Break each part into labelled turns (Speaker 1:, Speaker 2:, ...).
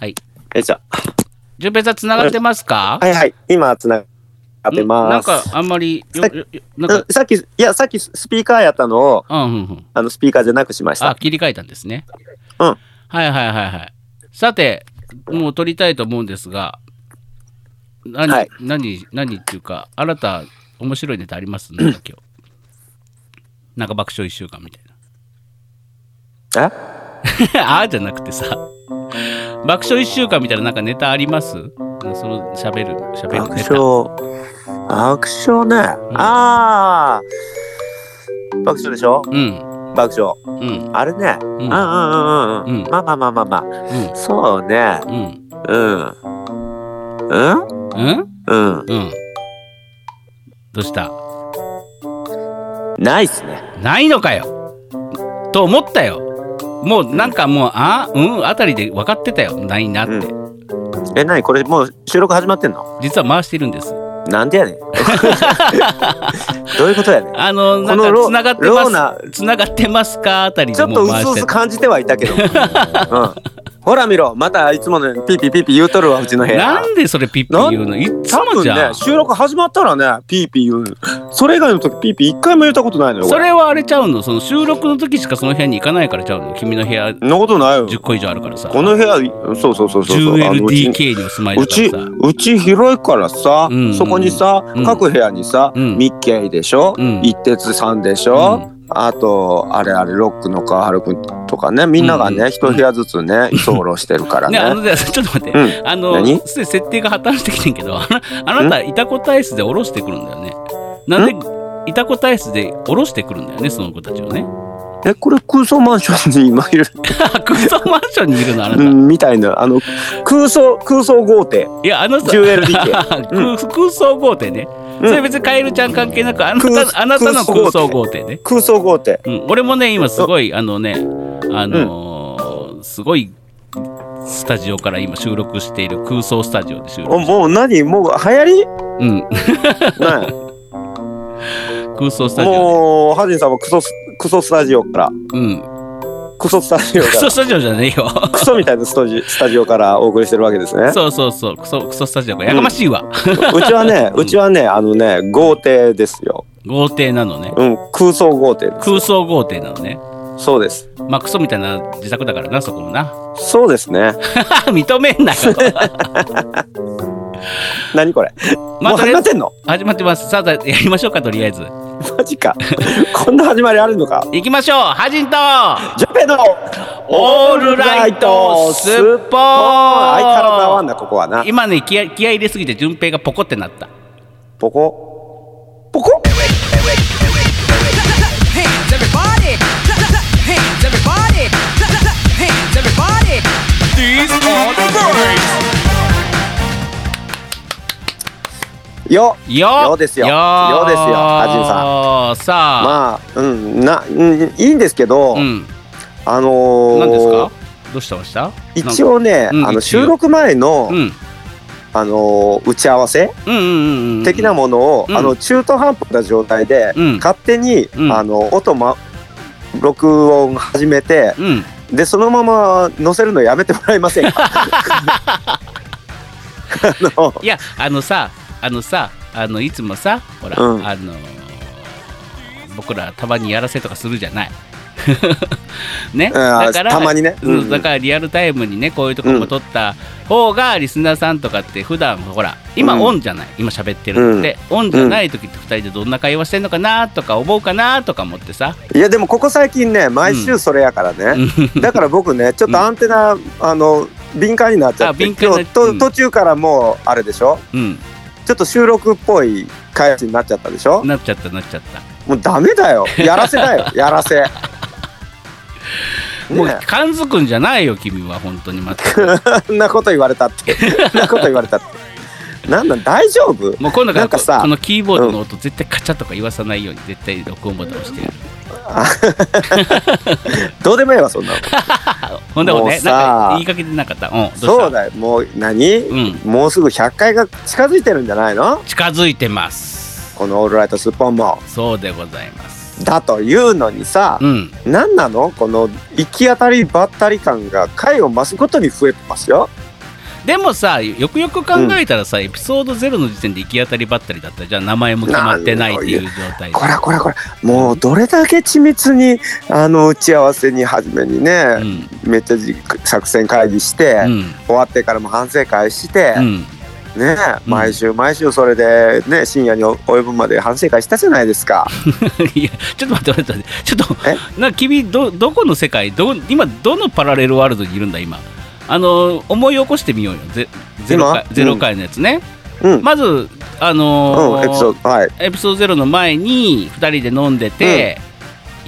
Speaker 1: よいしょ。
Speaker 2: 純平さん、繋がってますか
Speaker 1: はいはい。今、つながって
Speaker 2: んなん
Speaker 1: ます。
Speaker 2: か、あんまり、よよよなんか
Speaker 1: うん、さっき、いや、さっきスピーカーやったのを、
Speaker 2: うんうんうん。
Speaker 1: あの、スピーカーじゃなくしまし
Speaker 2: あ、
Speaker 1: た。
Speaker 2: 切り替えたんですね。
Speaker 1: うん
Speaker 2: はいはいはいはい。さて、もう撮りたいと思うんですが、何、
Speaker 1: はい
Speaker 2: 何、何っていうか、あなた、面白いネタありますなんか 今日。なん か爆笑一週間みたい
Speaker 1: え
Speaker 2: な。あーじゃなくてさ、爆笑一週間みたいななんかネタありますその喋る、喋る
Speaker 1: 爆
Speaker 2: ネタ。
Speaker 1: 笑。爆笑ね。
Speaker 2: ん
Speaker 1: ああ。爆笑でしょ
Speaker 2: うん、
Speaker 1: 爆笑。
Speaker 2: うん、
Speaker 1: あれね。
Speaker 2: う
Speaker 1: うん
Speaker 2: ん、
Speaker 1: う
Speaker 2: う
Speaker 1: んうんうん。うんん、まあまあまあまあま
Speaker 2: うん
Speaker 1: あ。そうね。
Speaker 2: うん、
Speaker 1: うん。うん
Speaker 2: うん、
Speaker 1: うん。
Speaker 2: うん。どうした
Speaker 1: ないっすね。
Speaker 2: ないのかよと思ったよもうなんかもうあうんあたりで分かってたよないなって、
Speaker 1: え、なにこれもう収録始まってんの
Speaker 2: 実は回してるんです
Speaker 1: なんでや ねん。どういうことやねん。
Speaker 2: あのなん
Speaker 1: この
Speaker 2: か
Speaker 1: ロ
Speaker 2: つながって
Speaker 1: ロー
Speaker 2: ま
Speaker 1: な
Speaker 2: すつながってますかあたり
Speaker 1: ち
Speaker 2: で
Speaker 1: ょっ
Speaker 2: も
Speaker 1: と
Speaker 2: う
Speaker 1: う
Speaker 2: 回
Speaker 1: す
Speaker 2: し
Speaker 1: う
Speaker 2: て
Speaker 1: す感じてはいたけど。うん。ほら見ろ。またいつものピーピーピーピー言うとるわ、うちの部屋。
Speaker 2: なんでそれピッピ言うのいっつ
Speaker 1: 多
Speaker 2: も
Speaker 1: 分
Speaker 2: じゃ
Speaker 1: ね
Speaker 2: ん、
Speaker 1: 収録始まったらね、ピーピー言う。それ以外の時、ピーピー一回も言ったことないのよ。
Speaker 2: そ
Speaker 1: 俺
Speaker 2: れはあれちゃうのその収録の時しかその辺に行かないからちゃうの君の部屋
Speaker 1: そんなことないよ。
Speaker 2: 10個以上あるからさ
Speaker 1: この部屋、そうそうそうそうそう。あのうち
Speaker 2: 10LDK にお住まいうだか
Speaker 1: ち
Speaker 2: らさ
Speaker 1: うち広いからさ、
Speaker 2: うん
Speaker 1: そこにさ、
Speaker 2: うん
Speaker 1: 各部屋にさ、
Speaker 2: うん
Speaker 1: ミッケイでしょ、
Speaker 2: うん
Speaker 1: 一徹さんでし
Speaker 2: う
Speaker 1: ょ、あとあれあれロックの川春くんとかねみんなが
Speaker 2: うんうん
Speaker 1: ね、一部屋ずつね居候してるから
Speaker 2: ね、
Speaker 1: ね
Speaker 2: あのねちょっと待って、
Speaker 1: うん
Speaker 2: あの
Speaker 1: 何
Speaker 2: すでに設定が破綻してきてんけどあなあなたいたこ体質で下ろしてくるんだよねなんでいたこ体質で下ろしてくるんだよねその子たちをね
Speaker 1: えこれ空想マンションに今いる、
Speaker 2: 空想マンションにいるのあなた、
Speaker 1: うん、みたいなあの空想空想豪邸
Speaker 2: いやあのさ
Speaker 1: 10LDK
Speaker 2: 空空想豪邸ね、
Speaker 1: うん
Speaker 2: それ別にカエルちゃん関係なくあな
Speaker 1: 空
Speaker 2: たあなたの空
Speaker 1: 空
Speaker 2: 想
Speaker 1: 想
Speaker 2: 豪
Speaker 1: 豪
Speaker 2: 邸ね、
Speaker 1: 空想豪邸
Speaker 2: うん、俺もね今すごいあのねあのーすごいスタジオから今収録している空想スタジオで収
Speaker 1: お
Speaker 2: 録し
Speaker 1: もう何もう流行り、
Speaker 2: うん、
Speaker 1: ね、
Speaker 2: 空想スタジオ
Speaker 1: もうハジンさんはクソスクソスタジオから
Speaker 2: うん
Speaker 1: クソスタジオ
Speaker 2: ク
Speaker 1: か
Speaker 2: ソ
Speaker 1: ら
Speaker 2: スタジオじゃねえよ
Speaker 1: クソみたいなスタジスタジオからお送りしてるわけですね
Speaker 2: そうそうそう、クソ、クソスタジオがやかましいわ。
Speaker 1: うちはね、
Speaker 2: うん
Speaker 1: うちはね、あのね、豪邸ですよ。
Speaker 2: 豪邸なのね。
Speaker 1: うん、空想豪邸で
Speaker 2: 空想豪邸なのね。
Speaker 1: す。そうです。
Speaker 2: まあ、クソみたいな自宅だからな、そこもな。
Speaker 1: そうですね。
Speaker 2: 認めんなよ。
Speaker 1: 何これ。
Speaker 2: ま
Speaker 1: も
Speaker 2: あ、
Speaker 1: う
Speaker 2: とり
Speaker 1: 始
Speaker 2: あえ
Speaker 1: まっ
Speaker 2: ず
Speaker 1: てんの。
Speaker 2: 始まってます。さあ、やりましょうか、とりあえず。
Speaker 1: マジか。こんな始まりあるのか。
Speaker 2: 行きましょう。ハジンと、
Speaker 1: ジャペの。
Speaker 2: オールライトスッポーン
Speaker 1: 相変わらず合わんな、ここはな。
Speaker 2: 今ね、気合気合い入れすぎて、順平がポコってなった。
Speaker 1: ポコ。ポコ。
Speaker 3: hands, everybody. Clap, clap, clap, Hands, everybody. Clap, clap, clap, Hands, everybody.
Speaker 1: よ。
Speaker 2: よ
Speaker 1: よですよ
Speaker 2: よ
Speaker 1: よですよハ
Speaker 2: ジンさん。さあ、
Speaker 1: まあ、うん、な、うん、いいんですけど
Speaker 2: う。ん。
Speaker 1: あのー。
Speaker 2: 何ですかどうしたました
Speaker 1: 一応ね、
Speaker 2: うん
Speaker 1: あ
Speaker 2: 一応
Speaker 1: の収録前の、
Speaker 2: なんか
Speaker 1: あのー打ち合わせ
Speaker 2: うん。うんうんうんうん。
Speaker 1: 的なものを、
Speaker 2: うん
Speaker 1: あの中途半端な状態で、
Speaker 2: うん
Speaker 1: 勝手に、
Speaker 2: うん
Speaker 1: あの音、ま、録音始めて
Speaker 2: うん。
Speaker 1: でそのまま載せるのやめてもらえませんかあの
Speaker 2: いやあのさあのさあのいつもさほら、
Speaker 1: うん
Speaker 2: あのー僕らたまにやらせとかするじゃない ね
Speaker 1: あ
Speaker 2: だ
Speaker 1: ー
Speaker 2: から
Speaker 1: たまにね、
Speaker 2: うん
Speaker 1: うん
Speaker 2: だからリアルタイムにねこういうとこも撮った方がリスナーさんとかって普段ほら今
Speaker 1: うん
Speaker 2: オンじゃない今喋ってるのって、オンじゃない時って2人でどんな会話してんのかなとか思うかなとか思ってさ
Speaker 1: いやでもここ最近ね毎週それやからね、 だから僕ねちょっとアンテナ、あの敏感になっちゃって
Speaker 2: あ敏感
Speaker 1: 今
Speaker 2: な
Speaker 1: 日と
Speaker 2: うん
Speaker 1: 途中からもうあれでしょ
Speaker 2: うん
Speaker 1: ちょっと収録っぽい開始になっちゃったでしょ
Speaker 2: なっちゃったなっちゃった
Speaker 1: もうダメだよやらせ だよやらせ。
Speaker 2: もう
Speaker 1: ね
Speaker 2: 感づくんじゃないよ君は本当にまた
Speaker 1: そんなこと言われたって。そんなこと言われたって。なんなん大丈夫
Speaker 2: もう今度か
Speaker 1: な
Speaker 2: ら
Speaker 1: んかさ
Speaker 2: このキーボードの音絶対カチャとか言わさないように絶対録音ボタン押してる
Speaker 1: どうでもいいわそんなの。
Speaker 2: ほんでも
Speaker 1: もう
Speaker 2: ね、
Speaker 1: さ
Speaker 2: なんか言いかけてなかった。うん、どうした
Speaker 1: そうだよ。もう何、
Speaker 2: うん、
Speaker 1: もうすぐ100回が近づいてるんじゃないの
Speaker 2: 近づいてます。
Speaker 1: この「オールライトスッポン」も。
Speaker 2: そうでございます。
Speaker 1: だというのにさ、
Speaker 2: うん、
Speaker 1: 何なのこの行き当たりばったり感が回を増すごとに増えてますよ。
Speaker 2: でもさよくよく考えたらさ、エピソード0の時点で行き当たりばったりだったじゃあ名前も決まってないっていう状態で
Speaker 1: こらこらこらもうどれだけ緻密にあの打ち合わせに初めに
Speaker 2: う
Speaker 1: ね、
Speaker 2: ん
Speaker 1: めっちゃじ作戦会議して、
Speaker 2: うん
Speaker 1: 終わってからも反省会して
Speaker 2: う、ん
Speaker 1: ね
Speaker 2: うん
Speaker 1: 毎週毎週それでね深夜に及ぶまで反省会したじゃないですか
Speaker 2: いやちょっと待って待って待ってちょっ
Speaker 1: え
Speaker 2: となんか君どどこの世界ど今どのパラレルワールドにいるんだ今あの思い起こしてみようよゼゼロ回
Speaker 1: 今
Speaker 2: ゼロ回のやつね、
Speaker 1: うん、
Speaker 2: まずあの
Speaker 1: う
Speaker 2: ー
Speaker 1: んエピソードはい
Speaker 2: エピソード0の前に2人で飲んでて、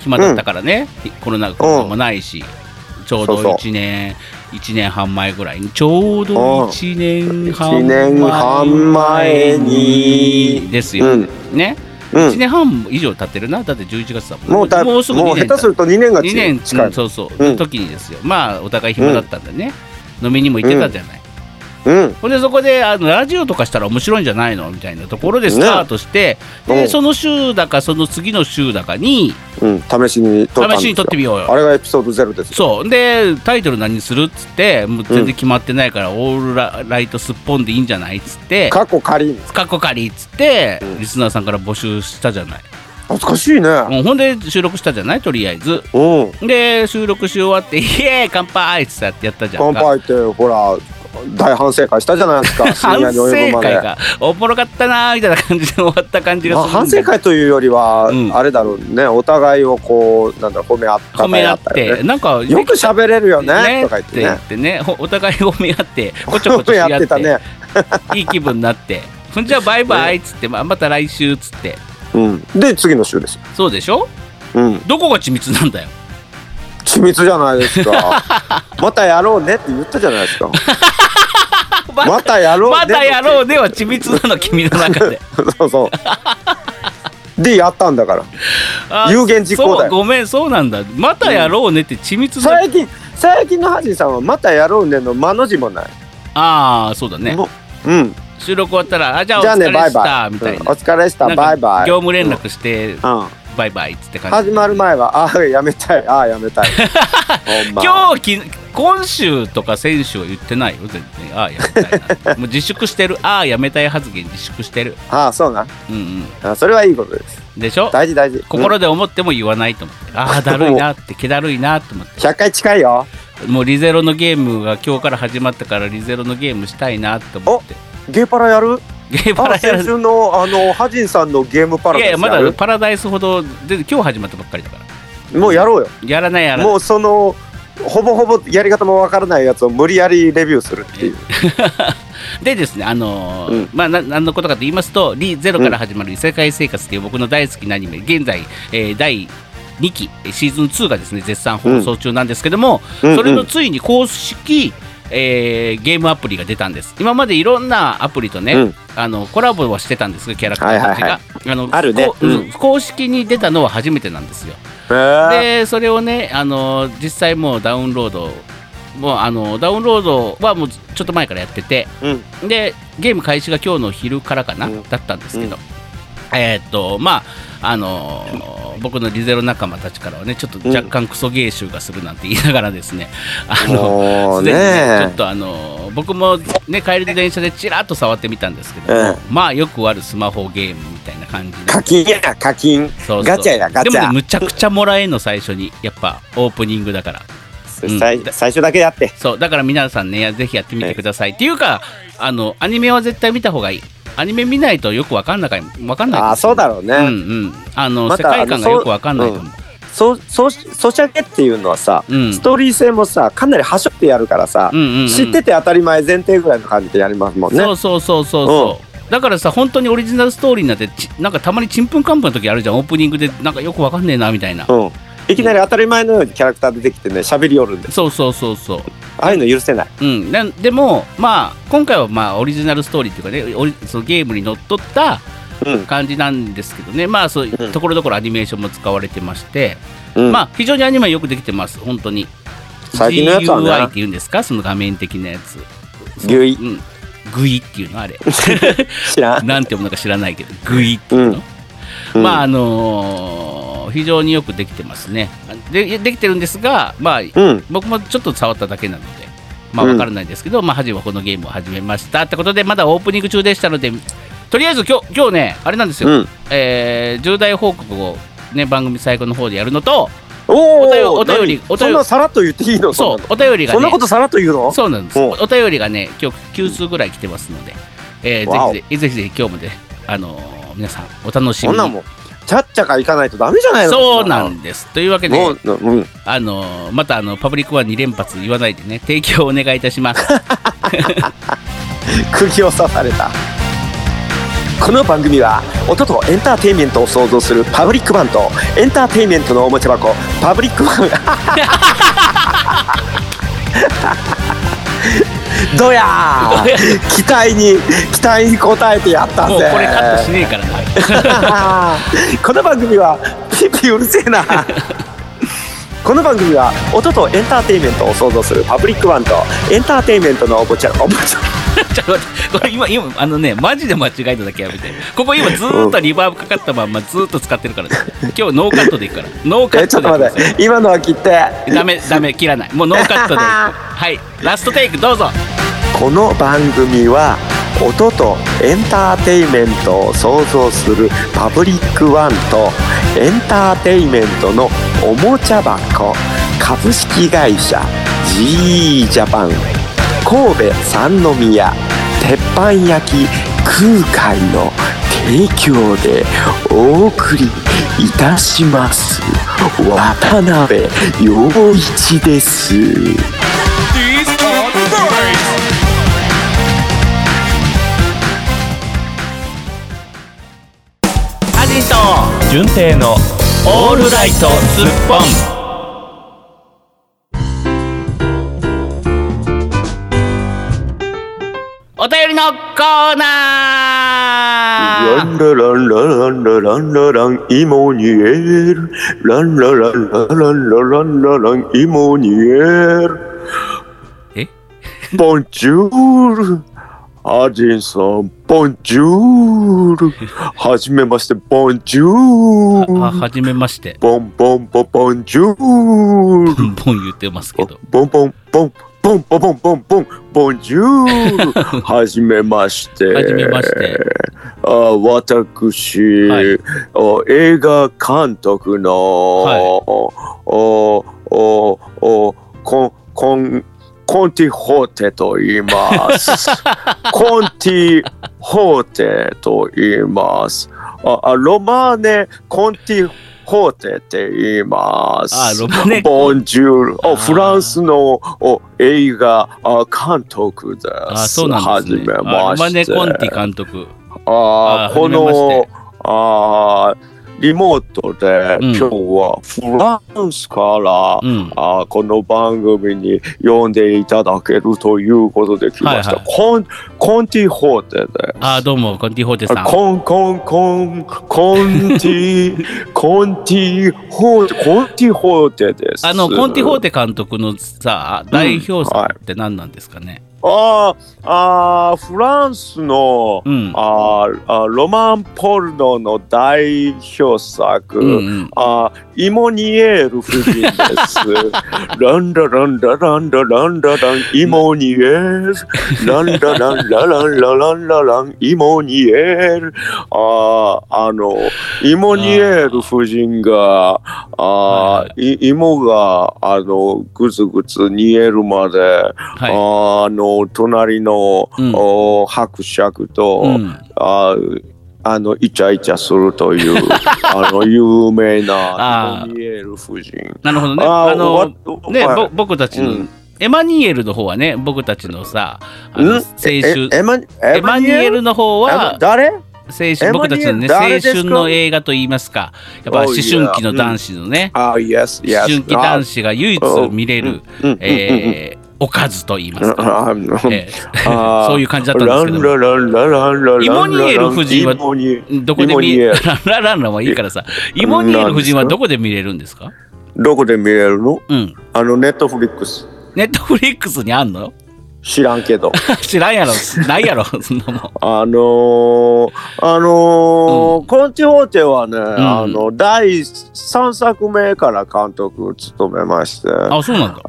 Speaker 2: 暇だったからね、コロナ禍もないし、ちょうど
Speaker 1: そうそう
Speaker 2: 1年1年半前ぐらいにちょうど1年半
Speaker 1: 一年半前に
Speaker 2: です
Speaker 1: う
Speaker 2: よ、
Speaker 1: ん
Speaker 2: ね、
Speaker 1: う
Speaker 2: 1
Speaker 1: ん
Speaker 2: 年半以上経ってるなだって11月だもん
Speaker 1: もうだ
Speaker 2: もうすぐ2
Speaker 1: もう下
Speaker 2: 年
Speaker 1: 手すると2年が
Speaker 2: 2年
Speaker 1: 近い、
Speaker 2: うんそうそう、
Speaker 1: うん
Speaker 2: 時にですよまあお互い暇だったんでね、飲みにも行ってたじゃない、
Speaker 1: うん
Speaker 2: ほんでそこであのラジオとかしたら面白いんじゃないのみたいなところでスタートして、
Speaker 1: ねう
Speaker 2: で
Speaker 1: ん
Speaker 2: その週だかその次の週だかに
Speaker 1: うん、試しに撮ったんですよ
Speaker 2: 試しに撮ってみようよ
Speaker 1: あれがエピソードゼロですよ
Speaker 2: そうでタイトル何にするっつってもう全然決まってないから、オールラライトすっぽんでいいんじゃないっつって
Speaker 1: 過去仮に
Speaker 2: かっこかりっつって、
Speaker 1: うん
Speaker 2: リスナーさんから募集したじゃない、
Speaker 1: 懐かしいね
Speaker 2: うんほんで収録したじゃないとりあえず
Speaker 1: うん
Speaker 2: で収録し終わって「イ エーイ乾杯!」っつってやったじゃん
Speaker 1: 乾
Speaker 2: か
Speaker 1: 杯ってほら大反省会したじゃない ですか深
Speaker 2: 反
Speaker 1: 夜に
Speaker 2: 省
Speaker 1: 及ぶま
Speaker 2: 会
Speaker 1: で
Speaker 2: がおもろかったなーみたいな感じで終わった感じが
Speaker 1: ますあ
Speaker 2: るんだ
Speaker 1: 反省会というよりは、
Speaker 2: うん
Speaker 1: あれだろうねお互いをこうなんだろう褒め合った
Speaker 2: 褒め合っ
Speaker 1: り
Speaker 2: て、なんか
Speaker 1: ね、よく喋れるよね
Speaker 2: ね
Speaker 1: とか言ってね
Speaker 2: ってねほお互い褒め合ってこちょこちょし合
Speaker 1: や
Speaker 2: っ
Speaker 1: っててたね
Speaker 2: いい気分になってほんじゃあバイバイっつって、まあ、また来週っつって
Speaker 1: うんで次の週ですよ
Speaker 2: そうでしょ
Speaker 1: うん
Speaker 2: どこが緻密なんだよ
Speaker 1: 緻密じゃないで すかまたやろうねって言ったじゃないですかまたやろうね
Speaker 2: またやろ
Speaker 1: う
Speaker 2: うでは緻密なの君の中で
Speaker 1: そうそうでやったんだから
Speaker 2: あ
Speaker 1: 有 言実行だ
Speaker 2: そう
Speaker 1: よ
Speaker 2: ごめんそうなんだまたやろうねって緻密な、
Speaker 1: 最近最近のハジさんはまたやろうねの間の字もない
Speaker 2: ああそうだね
Speaker 1: もううん
Speaker 2: 収録終わったらあじゃあお
Speaker 1: じゃあ
Speaker 2: 疲れ
Speaker 1: ねバイ
Speaker 2: した
Speaker 1: バイ
Speaker 2: みたい
Speaker 1: うん
Speaker 2: な,、
Speaker 1: お疲れした
Speaker 2: なんか
Speaker 1: バイバイ
Speaker 2: 業務連絡して、
Speaker 1: うん
Speaker 2: バイバイっつって感じ
Speaker 1: 始まる前はああやめたいああやめ たいほんま
Speaker 2: 今日き今週とか先週は言ってないよ全然ああやめたいな もう自粛してるああやめたい発言自粛してる
Speaker 1: ああそうな
Speaker 2: うん
Speaker 1: あそれはいいことです
Speaker 2: うんでしょ
Speaker 1: 大事大事
Speaker 2: 心
Speaker 1: うん
Speaker 2: で思っても言わないと思って、ああだるいなって気だるいなと思って
Speaker 1: 100回近いよ
Speaker 2: もうリゼロのゲームが今日から始まったからリゼロのゲームしたいなと思って
Speaker 1: ゲーパラやる
Speaker 2: ゲーパ
Speaker 1: あ
Speaker 2: ラや
Speaker 1: 先
Speaker 2: る
Speaker 1: 週のあのハジンさんのゲームパラ
Speaker 2: いやい
Speaker 1: ダイ
Speaker 2: や
Speaker 1: ス
Speaker 2: ま
Speaker 1: やる
Speaker 2: だパラダイスほどで今日始まったばっかりだから
Speaker 1: もうやろうよ
Speaker 2: やらないやらない
Speaker 1: もうそのほぼほぼやり方もわからないやつを無理やりレビューするっていう
Speaker 2: でですね、あのー
Speaker 1: うん
Speaker 2: まあ、な何のことかと言いますと、リゼロから始まる異世界生活という僕の大好きなアニメ、現在、えー第2期、シーズン2がですね、絶賛放送中なんですけども、
Speaker 1: うんうん
Speaker 2: それのついに公式、えーゲームアプリが出たんです。今までいろんなアプリとね、
Speaker 1: うん
Speaker 2: あのコラボはしてたんですけど、キャラクターたちが。
Speaker 1: はいは
Speaker 2: あの
Speaker 1: あるね
Speaker 2: こううん
Speaker 1: うん
Speaker 2: 公式に出たのは初めてなんですよ。
Speaker 1: へえ
Speaker 2: でそれをね、あの実際もうダウンロードもうあのダウンロードはもうちょっと前からやってて、でゲーム開始が今日の昼からかな、
Speaker 1: うん
Speaker 2: だったんですけど、えーっとまああのー僕のリゼロ仲間たちからはねちょっと若干クソ芸臭がするなんて言いながらですね、あの
Speaker 1: もう
Speaker 2: すでにねちょっ
Speaker 1: ね
Speaker 2: とあのー僕もね帰りの電車でちらっと触ってみたんですけども、
Speaker 1: え
Speaker 2: まあよくあるスマホゲームみたいな感じで
Speaker 1: 課金や課金
Speaker 2: そうそう
Speaker 1: ガチャやガチャ
Speaker 2: でもねむちゃくちゃもらえんの最初にやっぱオープニングだからうん
Speaker 1: 最最初だけやって
Speaker 2: そうだから皆さんねぜひやってみてくださいっていうかあのアニメは絶対見た方がいいアニメ見ないとよくわかんなかいわかんない
Speaker 1: ああそうだろう
Speaker 2: う
Speaker 1: ね
Speaker 2: んうんあの、
Speaker 1: ま
Speaker 2: 世
Speaker 1: た
Speaker 2: 界観がよくわかんないと思う
Speaker 1: そうそうソシャゲっていうのはさ
Speaker 2: うん、
Speaker 1: ストーリー性もさかなり端折ってやるからさ
Speaker 2: うんうんうん
Speaker 1: 知ってて当たり前前提ぐらいの感じでやりますもんね
Speaker 2: そうそうそうそうそう、だからさ本当にオリジナルストーリーになってちなんかたまにちんぷんかんぷんの時あるじゃんオープニングでなんかよくわかんねえなみたいな、
Speaker 1: うんいきなり当たり前のようにキャラクター出てきてね喋りよるんで
Speaker 2: そうそうそうそう
Speaker 1: ああいうの許せない
Speaker 2: うん、なんでも、まあ、今回はまあオリジナルストーリーっていうかねオリそのゲームにのっとった
Speaker 1: うん
Speaker 2: 感じなんですけどね、まあ、そういう
Speaker 1: うん
Speaker 2: ところどころアニメーションも使われてまして、
Speaker 1: うん
Speaker 2: まあ、非常にアニメはよくできてます、本当に。
Speaker 1: 最近のやつはね
Speaker 2: GUI っていうんですか、その画面的なやつ。
Speaker 1: 牛い
Speaker 2: うん、グイっていうの、あ れ。
Speaker 1: 知らん
Speaker 2: なんて読むのか知らないけど、グイっていうの。
Speaker 1: うん
Speaker 2: まあ、あのー非常によくできてますね。でできてるんですが、まあ、
Speaker 1: うん
Speaker 2: 僕もちょっと触っただけなので、まあ
Speaker 1: うん
Speaker 2: わからないですけど、まあ、はじはこのゲームを始めましたってことで、まだオープニング中でしたので、とりあえず今日、今日ね、あれなんですよ、
Speaker 1: うん
Speaker 2: えー重大報告を、ね、番組最後の方でやるのと、
Speaker 1: おー
Speaker 2: お便りお便り
Speaker 1: 何
Speaker 2: お便り
Speaker 1: そんなさらっと言っていいの
Speaker 2: そ
Speaker 1: んな
Speaker 2: う、お便りが
Speaker 1: の
Speaker 2: ね、
Speaker 1: そんなことさらっと言うの
Speaker 2: そうなんです。
Speaker 1: お
Speaker 2: おお便りがね、今日9通ぐらい来てますので、え
Speaker 1: わ
Speaker 2: ー、
Speaker 1: お
Speaker 2: ぜひぜひ、ぜひぜひ今日もね、あのー皆さんお楽しみ
Speaker 1: そん
Speaker 2: に。
Speaker 1: なんもうちゃっちゃか行かないとダメじゃないの
Speaker 2: そうなんです。というわけで、
Speaker 1: もううんうん
Speaker 2: あのーまたあのパブリックワン2連発言わないでね、提供をお願いいたし ます。
Speaker 1: 釘を刺されたこの番組は音とエンターテインメントを創造するパブリックバンドエンターテインメントのおもちゃ箱パブリックバン どや
Speaker 2: どや
Speaker 1: ー期待に期待に応えてやった
Speaker 2: もう
Speaker 1: ぜ
Speaker 2: これカットしねえからな。
Speaker 1: この番組はピピうるせ えなこの番組は音とエンターテインメントを創造するパブリックバンドエンターテインメントのおもちゃおもちゃ
Speaker 2: ちょっと待って、これ今、今、あのね、マジで間違えただけやめて。ここ今ずーっとリバーブかかったまんまずーっと使ってるから、ね、今日ノーカットでいくから。ノーカ
Speaker 1: え
Speaker 2: ッ
Speaker 1: ちょ
Speaker 2: ト
Speaker 1: っ
Speaker 2: で
Speaker 1: と
Speaker 2: いく
Speaker 1: 待
Speaker 2: か
Speaker 1: って今のは切って
Speaker 2: ダメ、ダメ、切らない。もうノーカッ トで。はい、ラストテイクどうぞ。
Speaker 1: この番組は音とエンターテインメントを創造するパブリックワンとエンターテインメントのおもちゃ箱株式会社 GE ジャパン神戸三宮鉄板焼き空海の提供でお送りいたします渡辺陽一です。
Speaker 2: アジト
Speaker 4: 純正の
Speaker 2: オールライトスッポンお便りのコー
Speaker 1: ラ
Speaker 2: ナー
Speaker 1: ンラランラランラランラランイモニエールランラランラランラランラランイモニエール
Speaker 2: え
Speaker 1: ボンジュールアジンさんボンジュールはじめましてボンジュ
Speaker 2: は
Speaker 1: ール
Speaker 2: はじめまして
Speaker 1: ボンボンボボンジュール
Speaker 2: ボンボン言ってますけど
Speaker 1: ボンボンボンボンボンボンボンボンボンジュ ールはじめまして
Speaker 2: はじめまして
Speaker 1: あ私、
Speaker 2: はい
Speaker 1: お映画監督の、
Speaker 2: はい
Speaker 1: おおおおコンコンコンティホーテと言 います。コンティホーテと言います。あ、あロマーネコンティホーテって言います。
Speaker 2: あロマネ
Speaker 1: ボンジュール、
Speaker 2: あ
Speaker 1: お
Speaker 2: ー
Speaker 1: フランスのお映画あ監督です。
Speaker 2: あそうなんですね
Speaker 1: はじめ
Speaker 2: あ
Speaker 1: ま
Speaker 2: ロマネ・
Speaker 1: して。
Speaker 2: コンティ監督あ
Speaker 1: あーこ
Speaker 2: はじめまし
Speaker 1: のあーリモートで、
Speaker 2: うん
Speaker 1: 今日はフランスから、
Speaker 2: うん
Speaker 1: あーこの番組に呼んでいただけるということで来ました。
Speaker 2: はいはい
Speaker 1: コンコンティホーテで
Speaker 2: あどうもコンティ・ホーテさん
Speaker 1: コンコンコンコンティコンティホーテコンティホーテです。
Speaker 2: あのコンティ・ホー
Speaker 1: テ
Speaker 2: テ監督のさ代表作って何なんですかね
Speaker 1: あーあーフランスの、
Speaker 2: うん
Speaker 1: あーあーロマンポルノの代表作。
Speaker 2: うんうん
Speaker 1: あイモニエール夫 人です。ランダランダランダランダランイモニエール。ランダランダランダランダランイモニエール。ああのイモニエール夫人があ
Speaker 2: は
Speaker 1: イモがあのぐつぐつ煮えるまで、
Speaker 2: はい
Speaker 1: あの隣の、
Speaker 2: うん
Speaker 1: お伯爵と。
Speaker 2: うん
Speaker 1: あーあのイチャイチャするというあの有名な
Speaker 2: あー
Speaker 1: イモニエール夫人。
Speaker 2: なるほどね
Speaker 1: あー
Speaker 2: あの
Speaker 1: わ
Speaker 2: ね、ぼ
Speaker 1: わ
Speaker 2: 僕たちの、
Speaker 1: うん
Speaker 2: エマニュエルの方はね僕たちのさあの
Speaker 1: ん
Speaker 2: 青春
Speaker 1: えエマ
Speaker 2: エマニュエルの方
Speaker 1: エマ
Speaker 2: は
Speaker 1: 誰
Speaker 2: 青
Speaker 1: エ
Speaker 2: 春
Speaker 1: マ
Speaker 2: 僕た
Speaker 1: ニュエ
Speaker 2: ち
Speaker 1: ル
Speaker 2: のね青
Speaker 1: 誰ですか
Speaker 2: 春の映画といいますかやっぱ
Speaker 1: Oh,
Speaker 2: 思春期
Speaker 1: yeah.
Speaker 2: の男子のね、
Speaker 1: あ、イエス、イエス。
Speaker 2: 思春期男子が唯一見れる、
Speaker 1: うんうん
Speaker 2: えーおかずといいますか、
Speaker 1: うんうんうん
Speaker 2: えー
Speaker 1: あー
Speaker 2: そういう感じだったんで
Speaker 1: ラ
Speaker 2: すけ
Speaker 1: ン
Speaker 2: ど
Speaker 1: ラランラランラランララン
Speaker 2: イモニエル夫人は
Speaker 1: イモニエル
Speaker 2: どこで
Speaker 1: イモニ
Speaker 2: 見
Speaker 1: エ
Speaker 2: ラ
Speaker 1: ル
Speaker 2: ラランランはいいからさイモニエル夫人はどこで見れるんですか
Speaker 1: どこで見れるの
Speaker 2: うん
Speaker 1: あのネットフリックス
Speaker 2: ネットフリックスにあんの
Speaker 1: 知らんけど。
Speaker 2: 知らんやろ。ない やろ、そんなもん。
Speaker 1: あのー、あのーコンチホーテはね、あの、第3作目から監督を務めまして、あ
Speaker 2: あ、そうなんだ。
Speaker 1: ー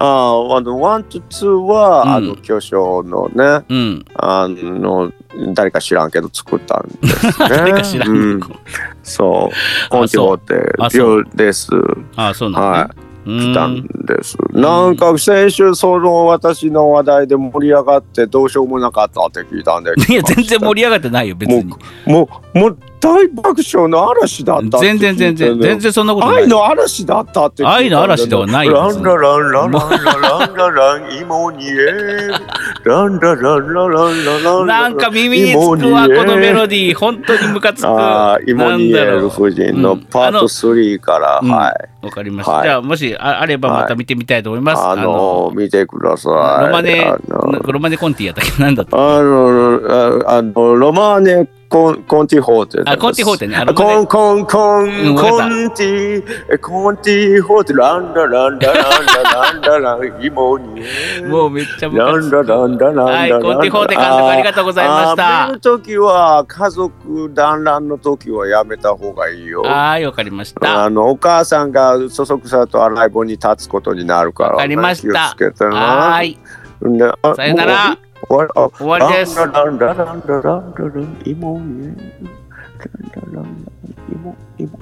Speaker 1: あの、ワンとツーは、
Speaker 2: うん
Speaker 1: あの、巨匠のね、
Speaker 2: うん。
Speaker 1: あの、誰か知らんけど作ったんですね。
Speaker 2: 誰か知らん
Speaker 1: う
Speaker 2: け
Speaker 1: ん
Speaker 2: ど。
Speaker 1: そう、コンチホー
Speaker 2: あ
Speaker 1: テ、
Speaker 2: そう
Speaker 1: 秒です。
Speaker 2: あ、そうなん
Speaker 1: は
Speaker 2: だね。
Speaker 1: い、
Speaker 2: 来
Speaker 1: 来たんです。なんか先週その私の話題で盛り上がってどうしようもなかったって聞いたんで。
Speaker 2: いや、全然盛り上がってないよ、別に。
Speaker 1: もう、もう大爆笑の嵐だったって聞
Speaker 2: 全
Speaker 1: いてね
Speaker 2: 然、全然、全。然そんなことな
Speaker 1: 愛
Speaker 2: い。
Speaker 1: の嵐だったって聞いたんだけど
Speaker 2: 愛の嵐ではないよ
Speaker 1: ランラランラランラランララン、芋にえ。ランラランラランララン。
Speaker 2: なんか耳につくわ、このメロディー。本当にムカつく。
Speaker 1: ああ、イモニエル夫人のパート3から、
Speaker 2: うん
Speaker 1: はい。
Speaker 2: わかりました。
Speaker 1: はい
Speaker 2: じゃあ、もしああればまた見てみたいと思います。
Speaker 1: あの、見てください。
Speaker 2: ロマネ、
Speaker 1: あの
Speaker 2: ロマネコンティやったっけなんだった
Speaker 1: あの、ああの、ロマーネコン、コンティホーテです。
Speaker 2: あコンティホーテねあ
Speaker 1: あ
Speaker 2: ロマ
Speaker 1: コ
Speaker 2: ネ
Speaker 1: ン、コン、コ
Speaker 2: うん
Speaker 1: ン、
Speaker 2: わかっ
Speaker 1: コ
Speaker 2: た
Speaker 1: ンティ、コンティホーテ、ランダランダランダランダラン、イモニエル。
Speaker 2: もうめっちゃム
Speaker 1: ラ
Speaker 2: カ
Speaker 1: ン
Speaker 2: つ
Speaker 1: ダ
Speaker 2: く。
Speaker 1: ランダランダランダ
Speaker 2: はい、
Speaker 1: ラン。
Speaker 2: コンティホーテ監督ありがとうございまし
Speaker 1: あー見
Speaker 2: た
Speaker 1: る。ときは、家族団らんのときはやめた方がいいよ。
Speaker 2: はい、わかりました。
Speaker 1: あのお母さんがそそくさと洗い場に立つことになるから、
Speaker 2: わかりました
Speaker 1: 気をつけてな。
Speaker 2: はーい、
Speaker 1: ねあ
Speaker 2: さよな
Speaker 1: も
Speaker 2: ら。
Speaker 1: う終わり
Speaker 2: 終わりです
Speaker 1: ランランランランランランラン芋ねランランラン芋芋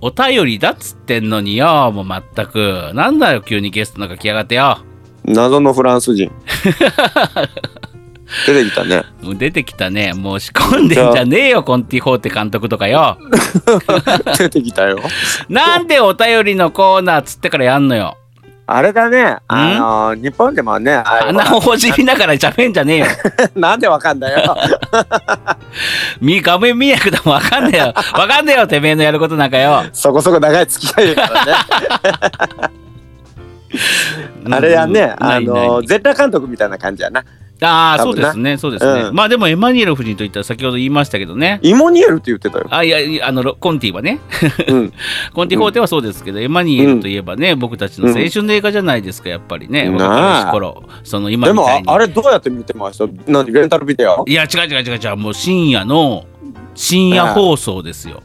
Speaker 2: お便りだっつってんのによ、もう全く。なんだよ、急にゲストなんか来やがってよ。
Speaker 1: 謎のフランス 人出てきたね
Speaker 2: もう出てきたね。もう仕込んでんじゃねえよ、コンティホーテ監督とかよ。
Speaker 1: 出てきたよ
Speaker 2: なんでお便りのコーナーつってからやんのよ。
Speaker 1: あれだねあの日本でもねあの
Speaker 2: 鼻をほじりながら喋んじゃねえよ。
Speaker 1: なんでわかんだよ
Speaker 2: み画面見なくてもわかんねえよ。わかんねえよ、てめえのやることなんかよ。
Speaker 1: そこそこ長い付き合いだからねあれやね
Speaker 2: うんな
Speaker 1: あ
Speaker 2: いない
Speaker 1: の全裸監督みたいな感じやな
Speaker 2: ああ、
Speaker 1: 多
Speaker 2: そう
Speaker 1: 分
Speaker 2: で
Speaker 1: な
Speaker 2: すね、そうですね。
Speaker 1: うん
Speaker 2: まあでも、エマニュエル夫人といったら先ほど言いましたけどね。
Speaker 1: イモニエルって言ってた よ
Speaker 2: あいやいやあのロコンティはね、
Speaker 1: うん
Speaker 2: コンティ法廷はそうですけど、エマニュエルといえばね、僕たちの青春の映画じゃないですか、やっぱりね、
Speaker 1: うん
Speaker 2: 若い頃、その今
Speaker 1: で
Speaker 2: み
Speaker 1: も
Speaker 2: た
Speaker 1: あ
Speaker 2: いに。
Speaker 1: あれどうやって見てました何レンタルビデオ
Speaker 2: いや、違う違う違う違う、もう深夜の深夜放送ですよ。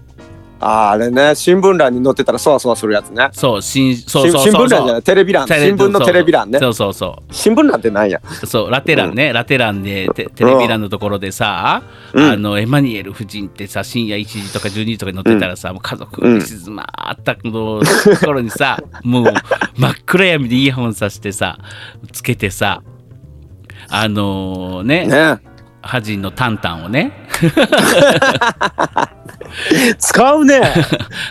Speaker 1: あーあれね新聞欄に載ってたらそわそわするやつね
Speaker 2: そう、新そうそうそう
Speaker 1: 新新
Speaker 2: そう
Speaker 1: 聞欄じゃないテレビ欄
Speaker 2: テレ
Speaker 1: 新聞のテレビ欄ね
Speaker 2: そうそうそう。
Speaker 1: 新聞欄ってなんや
Speaker 2: そうラテランね、ラテランでテテレビ欄のところでさ、
Speaker 1: うん
Speaker 2: あのエマニュエル夫人ってさ深夜1時とか12時とかに乗ってたらさ、もう家族が寝静まったのところにさ、もう真っ暗闇でイヤホンさしてさつけてさあのーね
Speaker 1: ね
Speaker 2: ハジンのタンタンをね
Speaker 1: 使うね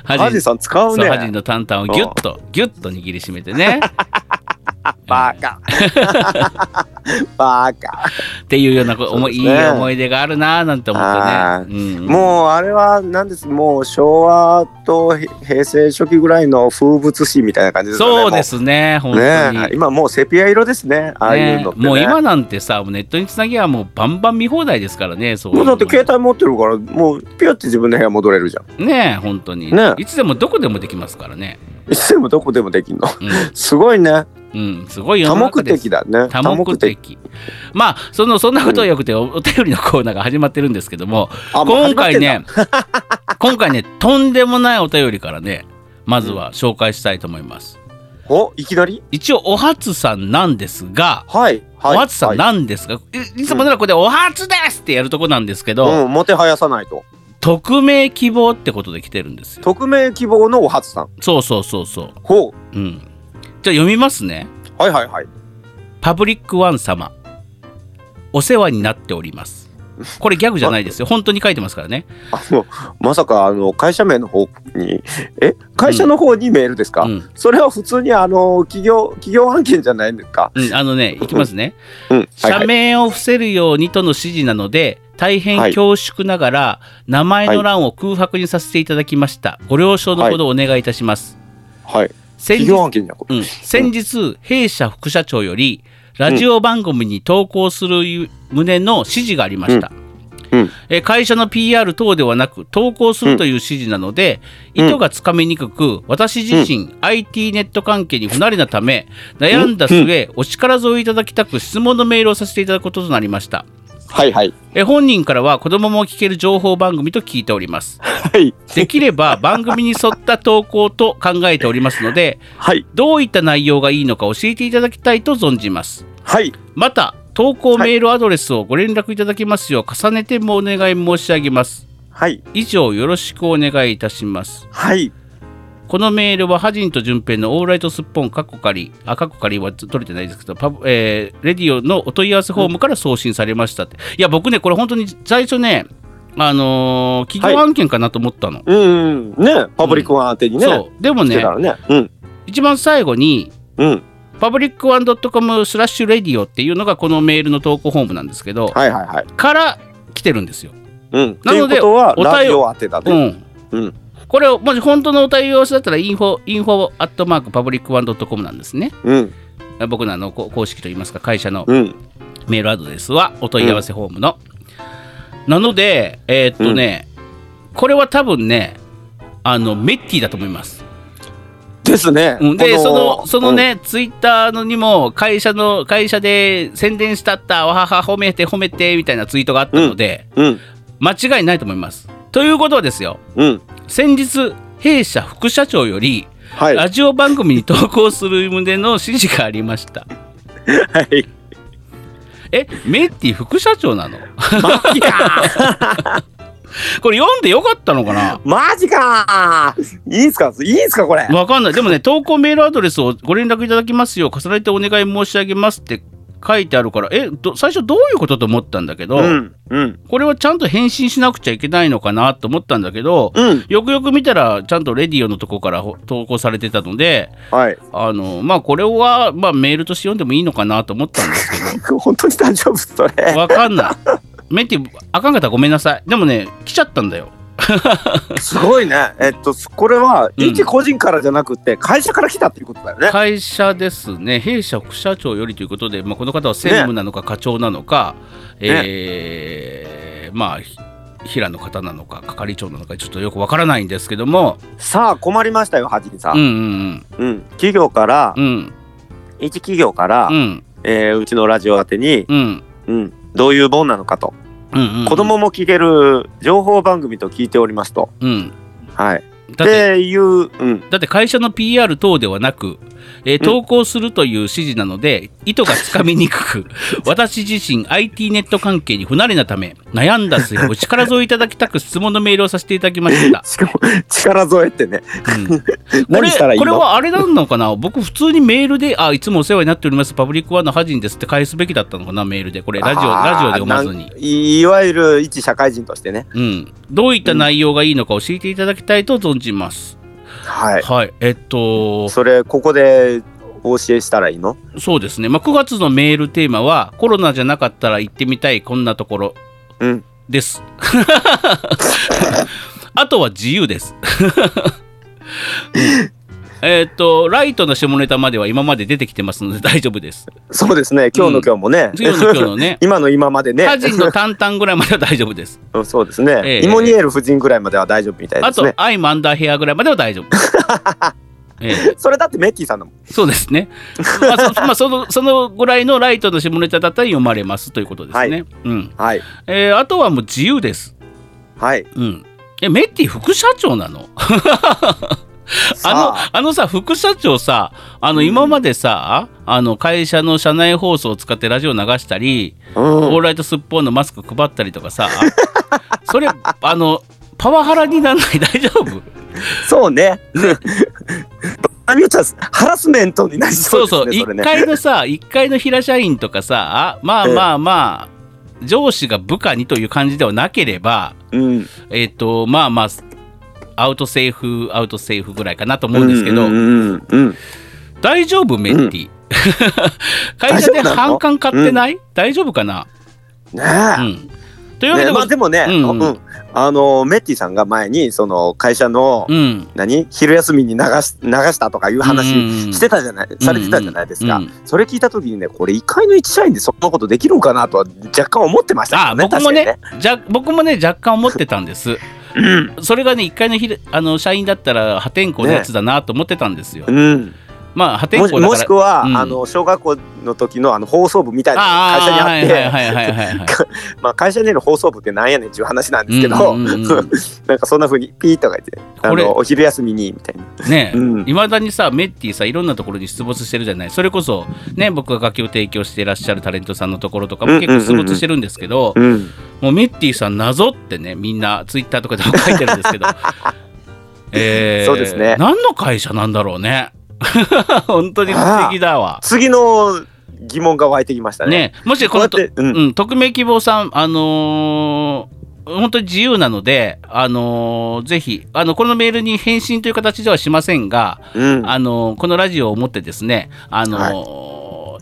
Speaker 2: ハ
Speaker 1: ハジさん使う
Speaker 2: そうハジン
Speaker 1: ね
Speaker 2: のタンタンをギュッとギュッと握りしめて ね
Speaker 1: バ カバカ
Speaker 2: っていうようなこ思い、
Speaker 1: そうです
Speaker 2: い
Speaker 1: ね
Speaker 2: い思い出があるなーなんて思
Speaker 1: あ
Speaker 2: っ
Speaker 1: ー
Speaker 2: てね、うん
Speaker 1: もうあれは何ですもう昭和とへ平成初期ぐらいの風物詩みたいな感じですよね
Speaker 2: そうですね
Speaker 1: も
Speaker 2: 本
Speaker 1: う
Speaker 2: 当に、
Speaker 1: ね今もうセピア色ですねああいうのって、ね
Speaker 2: もう今なんてさもうネットにつなぎはもうバンバン見放題ですからねそういう
Speaker 1: もうだ
Speaker 2: の
Speaker 1: って携帯持ってるからもうピュって自分の部屋戻れるじゃん
Speaker 2: ねえ本当に、
Speaker 1: ね
Speaker 2: いつでもどこでもできますからね
Speaker 1: いつでもどこでもできんの
Speaker 2: う
Speaker 1: すごいね
Speaker 2: ん、うん、すごい世
Speaker 1: 多
Speaker 2: の中
Speaker 1: 目
Speaker 2: です
Speaker 1: 的だね
Speaker 2: 多目的まあそのそんなことはよくておお便りのコーナーが始まってるんですけども
Speaker 1: あも
Speaker 2: 今
Speaker 1: う始まっ
Speaker 2: 回
Speaker 1: てんだ
Speaker 2: ね 今回ねとんでもないお便りからねまずは紹介したいと思います
Speaker 1: おいきなり
Speaker 2: 一応おはつさんなんですが
Speaker 1: はいはい
Speaker 2: おはつさん
Speaker 1: はい
Speaker 2: なんですが、い、いつもならここで「おはつです!」ってやるとこなんですけど、
Speaker 1: うんもてはやさないと
Speaker 2: 匿名希望ってことで来てるんですよ
Speaker 1: 匿名希望のお初さん
Speaker 2: そうそうそうそ
Speaker 1: ほ
Speaker 2: ううんじゃあ読みますね
Speaker 1: うはいはいはい
Speaker 2: パブリックワン様お世話になっておりますこれギャグじゃない ですよ本当に書いてますからね
Speaker 1: あのまさかあの会社名の方にえ会社の方にメールですか、
Speaker 2: うん、
Speaker 1: それは普通にあの企業企業案件じゃないんですか
Speaker 2: うん、あの ねいきますね
Speaker 1: うんはいは
Speaker 2: 社
Speaker 1: い
Speaker 2: 名を伏せるようにとの指示なので大変恐縮ながら名前の欄を空白にさせていただきましたご了承のほどお願いいたします
Speaker 1: はい
Speaker 2: 先
Speaker 1: 企
Speaker 2: 日
Speaker 1: 業案件じゃなく
Speaker 2: うん、先日、弊社副社長よりラジオ番組に投稿するいう旨の指示がありました、
Speaker 1: うんうん
Speaker 2: えー会社の PR 等ではなく投稿するという指示なので、
Speaker 1: ん
Speaker 2: 意図がつかみにくく私自身、IT ネット関係に不慣れなため悩んだ末、お力添えいただきたく質問のメールをさせていただくこととなりました。
Speaker 1: はいはい。
Speaker 2: えー本人からは子供も聞ける情報番組と聞いております。
Speaker 1: はい。
Speaker 2: できれば番組に沿った投稿と考えておりますので、
Speaker 1: はい。
Speaker 2: どういった内容がいいのか教えていただきたいと存じます。
Speaker 1: はい。
Speaker 2: また、投稿
Speaker 1: はい
Speaker 2: メールアドレスをご連絡いただきますよう重ねてもお願い申し上げます。
Speaker 1: はい。
Speaker 2: 以上よろしくお願いいたします。
Speaker 1: はい。
Speaker 2: このメールはハジンと順平のオールライトスッポンカッコカリ、あ、カッコカリは取れてないですけど、パブえーレディオのお問い合わせフォームから送信されましたって。いや、僕ね、これ本当に最初ね、あのー企業案件かなと思ったの。
Speaker 1: うん。ねパブリックワン宛てにね。
Speaker 2: そう。でも
Speaker 1: 来て
Speaker 2: ね
Speaker 1: た、らね。うん。
Speaker 2: 一番最後に、
Speaker 1: うん。
Speaker 2: パブリックワンドットコムスラッシュレディオっていうのがこのメールの投稿フォームなんですけど、
Speaker 1: はいはいはい。
Speaker 2: から来てるんですよ。
Speaker 1: うん。
Speaker 2: なので
Speaker 1: ということは、
Speaker 2: お便り
Speaker 1: ラジオ当てだ
Speaker 2: う
Speaker 1: ね。
Speaker 2: ん。
Speaker 1: うん。
Speaker 2: これをもし本当のお問い合わせだったらインフォインフォアットマークパブリックワンドットコムなんですね。
Speaker 1: うん。
Speaker 2: 僕のあのこ公式といいますか会社の
Speaker 1: うん。
Speaker 2: メールアドレスはお問い合わせフォームの。なのでえーっとね、これは多分ねあのメッティだと思います。
Speaker 1: ですね。
Speaker 2: うん、で
Speaker 1: こ
Speaker 2: そのその。ね、ツイッターのにも会社の会社で宣伝したったわはは褒めて褒めてみたいなツイートがあったので、
Speaker 1: うん。
Speaker 2: 間違いないと思います。ということはですよ
Speaker 1: うん。
Speaker 2: 先日弊社副社長より、
Speaker 1: はい。は
Speaker 2: ラジオ番組に投稿する旨の指示がありました。
Speaker 1: い。
Speaker 2: えメッティ副社長なの
Speaker 1: マジか
Speaker 2: これ読んでよかったのかな
Speaker 1: マジかいいんすかいいんすかこれ。
Speaker 2: わかんない。でもね、投稿メールアドレスをご連絡いただきますよう、重ねてお願い申し上げますって書いてあるから、え、ど最初どういうことと思ったんだけど、
Speaker 1: うん。うん。
Speaker 2: これはちゃんと返信しなくちゃいけないのかなと思ったんだけど、
Speaker 1: うん。
Speaker 2: よくよく見たら、ちゃんとレディオのとこからほ投稿されてたので、
Speaker 1: はい。
Speaker 2: あの、まあ、これは、まあ、メールとして読んでもいいのかなと思ったんですけ
Speaker 1: 本当に大丈夫それ
Speaker 2: ど、。わかんない。メッティ、あかんかったらごめんなさい。でもね、来ちゃったんだよ。
Speaker 1: すごいね。えっと、これは、
Speaker 2: うん
Speaker 1: 一個人からじゃなくて、会社から来たっていうことだよね。
Speaker 2: 会社ですね、弊社副社長よりということで、まあ、この方は専務なのか課長なのか、えーまあ、ひ平野方なのか係長なのかちょっとよくわからないんですけども、
Speaker 1: さあ、困りましたよ、はじりさ
Speaker 2: うん
Speaker 1: ん。
Speaker 2: うん
Speaker 1: うん。企業から
Speaker 2: うん、うん
Speaker 1: 一企業から、う
Speaker 2: うん
Speaker 1: えーうちのラジオ宛てに、
Speaker 2: うん
Speaker 1: うん、どういうもんなのかと。
Speaker 2: うんうん
Speaker 1: 子供も聞ける情報番組と聞いておりますと。
Speaker 2: うん
Speaker 1: はい。
Speaker 2: だって
Speaker 1: っていう、うん。
Speaker 2: だって会社の PR 等ではなく、えー投稿するという指示なので、意図がつかみに くく私自身 IT ネット関係に不慣れなため悩んだ末お力添えいただきたく質問のメールをさせていただきました。
Speaker 1: しかも、力添えっ てね。
Speaker 2: うんこ
Speaker 1: 何
Speaker 2: れ
Speaker 1: したらいいの
Speaker 2: これはあれなのかな僕普通にメールで「あいつもお世話になっておりますパブリックワンのハジンです」って返すべきだったのかなメールでこれラジオ
Speaker 1: あー
Speaker 2: ラジオで読まずに
Speaker 1: なんいいわゆる一社会人としてね。
Speaker 2: うんどういった内容がいいのか教えていただきたいと存じます、
Speaker 1: はい。
Speaker 2: はいえっと
Speaker 1: それ、ここで、お教えしたらいいの
Speaker 2: そうですね、まあ、9月のメールテーマは「コロナじゃなかったら行ってみたいこんなところ
Speaker 1: うん。」
Speaker 2: です あとは自由です、うんえっとライトの下ネタまでは今まで出てきてますので大丈夫です
Speaker 1: そうですね。今日の今日もね。
Speaker 2: 次の今日のね
Speaker 1: 今の今までね。
Speaker 2: 歌人の淡々ぐらいまでは大丈夫です。
Speaker 1: うんそうですね、
Speaker 2: ええ
Speaker 1: イモニエル夫人ぐらいまでは大丈夫みたい
Speaker 2: あ
Speaker 1: です
Speaker 2: と、
Speaker 1: ね。
Speaker 2: アイムアンダーヘアぐらいまでは 大丈夫。ええ
Speaker 1: それだってメッキーさんだもん。
Speaker 2: そうですね。まあ、そ,、まあ、そのそのぐらいのライトの下ネタだったら読まれますということですね。
Speaker 1: はい
Speaker 2: うん
Speaker 1: はい。
Speaker 2: えーあとはもう自由です。
Speaker 1: はい。
Speaker 2: うん、えメッティ副社長なのあのあのさ副社長さあの今までさ、あの会社の社内放送を使ってラジオ流したり、
Speaker 1: の
Speaker 2: オールライトスッポンのマスク配ったりとかさ それあのパワハラにならない 大丈夫
Speaker 1: そうね。あみよちゃん、ハラスメントになりそ
Speaker 2: そう
Speaker 1: うです
Speaker 2: そう一
Speaker 1: ね。それね
Speaker 2: 階のさ一階の平社員とかさまあまあまあ上司が部下にという感じではなければ
Speaker 1: うん。
Speaker 2: えっ、とまあまあアウトセーフアウトセーフぐらいかなと思うんですけど、
Speaker 1: うんうんうんうん
Speaker 2: 大丈夫メッティ、会社で
Speaker 1: 大丈夫なの
Speaker 2: 反感買ってない、大丈夫かな、う
Speaker 1: ねえ
Speaker 2: ん、というわけ
Speaker 1: ね
Speaker 2: で、
Speaker 1: まあでもね、
Speaker 2: う
Speaker 1: うんんあのメッティさんが前にその会社の、
Speaker 2: うん。
Speaker 1: 何昼休みに流し流したとかいう話してたじゃない、されてたじゃないですか、
Speaker 2: うんうん
Speaker 1: それ聞いた時にねこれ一回の一社員でそんなことできるのかなとは若干思ってました
Speaker 2: あ
Speaker 1: けどね
Speaker 2: 僕もね
Speaker 1: 確
Speaker 2: じゃ僕もね若干思ってたんです。それがね一回のひあの社員だったら破天荒なやつだなと思ってたんですよ。
Speaker 1: かにねうん
Speaker 2: まあ破天
Speaker 1: も
Speaker 2: 荒
Speaker 1: し
Speaker 2: だから。
Speaker 1: もしくは、
Speaker 2: うん
Speaker 1: あの小学校の時のあの放送部みたいな
Speaker 2: あ
Speaker 1: 会社に
Speaker 2: あ
Speaker 1: あって
Speaker 2: はいはいはい はいはい。
Speaker 1: まあ、会社での放送部ってなんやねんっていう話なんですけど、
Speaker 2: うんうんうん
Speaker 1: なんかそんなふうにピーとか言ってあ
Speaker 2: これ
Speaker 1: のお昼休みにみたいな。
Speaker 2: ね
Speaker 1: うん
Speaker 2: いまだにさメッティさいろんなところに出没してるじゃないそれこそね僕が楽器を提供していらっしゃるタレントさんのところとかも結構出没してるんですけど、
Speaker 1: うん、
Speaker 2: もうメッティさん謎ってねみんなツイッターとかで も書いてるんですけどえー
Speaker 1: そうですね
Speaker 2: 何の会社なんだろうね 本当に不思議だわ
Speaker 1: 次の疑問が湧いてきましたね。
Speaker 2: ねもしこのと
Speaker 1: こうやってうん
Speaker 2: うん、匿名希望さんあのー本当に自由なので、あのーぜひあのこのメールに返信という形ではしませんが、
Speaker 1: うん、
Speaker 2: あのこのラジオをもってですね、あの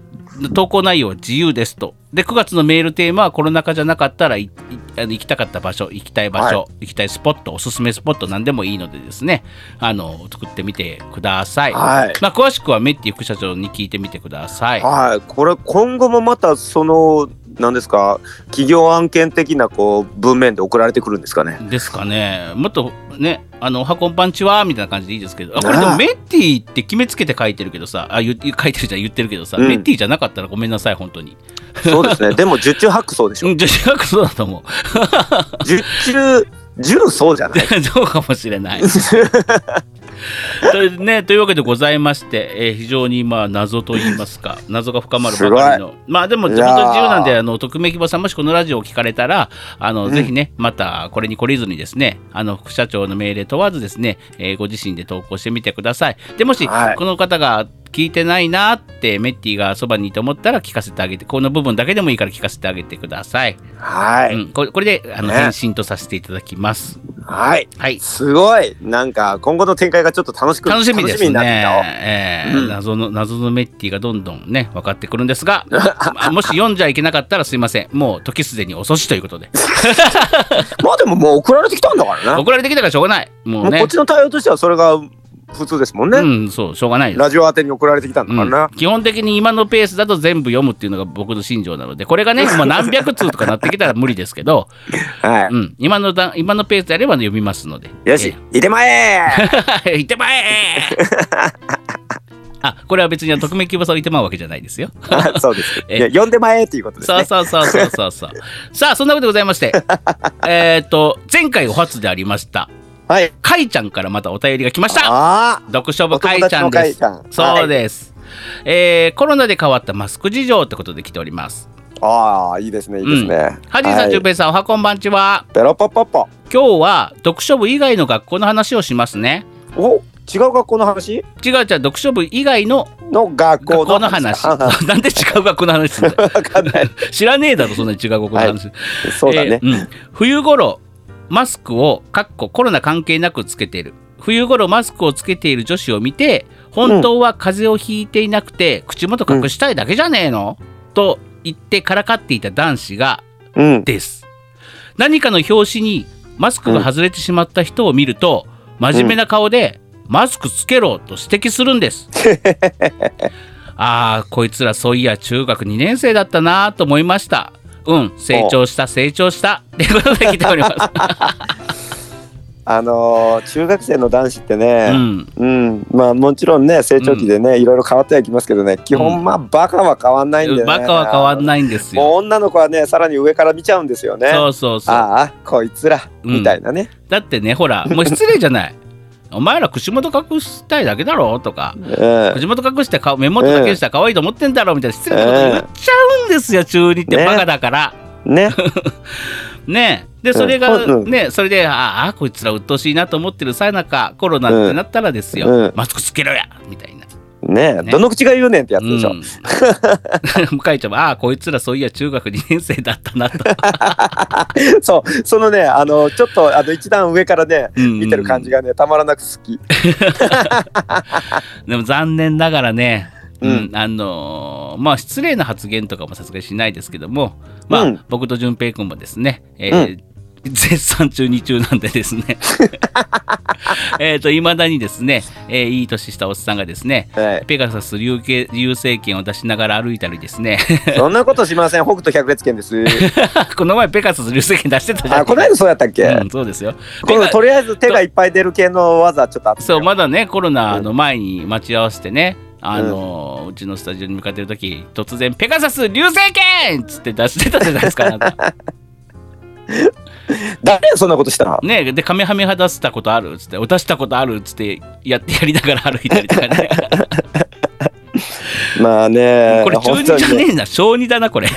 Speaker 2: 投稿内容は自由ですと。で、9月のメールテーマはコロナ禍じゃなかったらいいあの行きたかった場所、行きたい場所、
Speaker 1: は
Speaker 2: 行きたいスポット、おすすめスポット何でもいいのでですね、あの作ってみてください。
Speaker 1: はい
Speaker 2: まあ、詳しくはメッティ副社長に聞いてみてください。
Speaker 1: はい、これ今後もまたそのなんですか企業案件的なこう文面で送られてくるんです かね。
Speaker 2: ですかね、もっとね、あの、箱パンチはみたいな感じでいいですけど、あこれ
Speaker 1: ね
Speaker 2: で
Speaker 1: え
Speaker 2: もメッティって決めつけて書いてるけどさ、あ、言って書いてるじゃん、言ってるけどさ、
Speaker 1: うん
Speaker 2: メッティじゃなかったらごめんなさい、本当に。
Speaker 1: そうですね。でも十中八九そうでし
Speaker 2: う
Speaker 1: ょ。
Speaker 2: ん、女子学そうだと思う。
Speaker 1: 十中十そうじゃない。
Speaker 2: そうかもしれ ない。と,、ね、というわけでございまして、えー非常にまあ謎と言いますか謎が深まるばかりのまあでも
Speaker 1: い
Speaker 2: 本当
Speaker 1: やー
Speaker 2: に自由なんであの匿名希望さんもしこのラジオを聞かれたらあの、
Speaker 1: うん
Speaker 2: ぜひねまたこれに懲りずにですねあの副社長の命令問わずですね、えーご自身で投稿してみてください。でもし、
Speaker 1: はい
Speaker 2: この方が聞いてないなってメッティがそばにいて思ったら聞かせてあげてこの部分だけでもいいから聞かせてあげてください。
Speaker 1: はい、
Speaker 2: うん、これこれであの、
Speaker 1: ね
Speaker 2: 返信とさせていただきます。
Speaker 1: はい。
Speaker 2: はい
Speaker 1: すごいなんか今後の展開がちょっと楽しく
Speaker 2: 楽しみです
Speaker 1: になってきたわ
Speaker 2: ね。えー
Speaker 1: うん
Speaker 2: 謎の謎のメッティがどんどんね分かってくるんです が、まあもし読んじゃいけなかったらすいません。もう時すでに遅しということで、
Speaker 1: まあでももう送られてきたんだからね。
Speaker 2: 送られてきたからしょうがない。も
Speaker 1: も
Speaker 2: う
Speaker 1: う
Speaker 2: ね。
Speaker 1: こっちの対応としてはそれが普通ですもんね。
Speaker 2: うん、そうしょうがないです。
Speaker 1: ラジオ宛てに送られてきたんだからな。
Speaker 2: うん基本的に今のペースだと全部読むっていうのが僕の信条なのでこれが ねもう何百通とかなってきたら無理ですけど、
Speaker 1: はい。
Speaker 2: うん、今のだ今のペースであれば読みますので
Speaker 1: よし、いてまえ
Speaker 2: いてま え あこれは別に匿名希望さんをいてまうわけじゃないですよ
Speaker 1: あ そうです。
Speaker 2: え
Speaker 1: いや呼んでまえっていうことです
Speaker 2: そう
Speaker 1: ね。
Speaker 2: そうそうそうそうそう。 さあ、そんなことでございまして、えっと、前回お初でありました、
Speaker 1: はい。
Speaker 2: かいちゃんからまたお便りが来ました。
Speaker 1: あ
Speaker 2: 読書部かいちゃんです。
Speaker 1: お友達のかいちゃん
Speaker 2: そうです、えーコロナで変わったマスク事情ってことで来ております。
Speaker 1: あ。ああ、いいですね、いいですね。
Speaker 2: はじいさ
Speaker 1: は
Speaker 2: ん、
Speaker 1: い
Speaker 2: じゅんぺいさん、おはこんばんちは。
Speaker 1: ペロポポポ。
Speaker 2: 今日は読書部以外の学校の話をしますね。
Speaker 1: お、違う学校の話
Speaker 2: 違う違う、読書部以外の
Speaker 1: の
Speaker 2: 学
Speaker 1: 学校
Speaker 2: 校
Speaker 1: の
Speaker 2: の話。
Speaker 1: あ あ
Speaker 2: なんで違う学校の話すんだよ
Speaker 1: わかんない。
Speaker 2: 知らねえだろ、そんなに違う学校の話。
Speaker 1: そうだね
Speaker 2: え。ーうん冬頃マスクをかっこコロナ関係なくつけている冬頃マスクをつけている女子を見て本当は風邪をひいていなくて、口元隠したいだけじゃねえの、と言ってからかっていた男子が
Speaker 1: うん。
Speaker 2: です何かの拍子にマスクが外れてしまった人を見ると、真面目な顔で、マスクつけろと指摘するんです ああこいつらそういや中学2年生だったなと思いましたうん成長した成長したってことで来てお ります、
Speaker 1: あのー中学生の男子って
Speaker 2: う
Speaker 1: ね、
Speaker 2: ん、
Speaker 1: うん、まあもちろんね、成長期でね、いろいろ変わってはいきますけどね、基
Speaker 2: うん
Speaker 1: 本まあバカは変わんないんでね。
Speaker 2: バカは変わん
Speaker 1: い。
Speaker 2: ないんですよ
Speaker 1: もう女の子はね、さらに上から見ちゃうんですよね。
Speaker 2: そうそうそう
Speaker 1: ああ、こいつら、
Speaker 2: うん
Speaker 1: みたいなね。
Speaker 2: だってねほらもう失礼じゃないお前ら口元隠したいだけだろとか
Speaker 1: うん。ね
Speaker 2: 口元隠して顔目元だけしたら可愛いと思ってんだろみたいな失礼なこと言っちゃうんですよ中二って
Speaker 1: ね
Speaker 2: バカだからねでそれが
Speaker 1: うん
Speaker 2: ねそれでああこいつら鬱陶しいなと思ってるさなかコロナってなったらです
Speaker 1: う
Speaker 2: よ
Speaker 1: ん
Speaker 2: マスクつけろやみたいな。
Speaker 1: ね
Speaker 2: ね
Speaker 1: どの口が言うねんってやつ
Speaker 2: う
Speaker 1: でしょ。
Speaker 2: ん、 向井ちゃんもああこいつらそういや中学2年生だったなと
Speaker 1: そう、そのね、あの、ちょっと、あの、一段上からね、
Speaker 2: うんうん
Speaker 1: 見てる感じがね、たまらなく好き。
Speaker 2: でも残念ながらねうんあのーまあ失礼な発言とかもさすがにしないですけども、まあ
Speaker 1: うん
Speaker 2: 僕と淳平君もですね、えー絶賛中二中なんでですね えっといまだにですね、えーいい年したおっさんがですね、
Speaker 1: はい
Speaker 2: ペガサス流形流星拳を出しながら歩いたりですね
Speaker 1: そんなことしません。北斗百裂拳です。
Speaker 2: この前ペガサス流星拳出してたじゃ
Speaker 1: あ、
Speaker 2: ん
Speaker 1: この間そうやったっけ、
Speaker 2: うん、そうですよ
Speaker 1: このとりあえず手がいっぱい出る系の技ちょっとあって
Speaker 2: そうまだねコロナの前に待ち合わせてね、あのうちのスタジオに向かってる時突然「ペガサス流星拳!」っつって出してたじゃないですかあな た
Speaker 1: 誰やそんなことしたら
Speaker 2: ねえでカメハメハ出したことあるっつって「出したことある」っつってやってやりながら歩いたりと かね
Speaker 1: まあね
Speaker 2: これ中
Speaker 1: 本
Speaker 2: 二
Speaker 1: 当
Speaker 2: じゃ
Speaker 1: に
Speaker 2: ねえな小二だな これ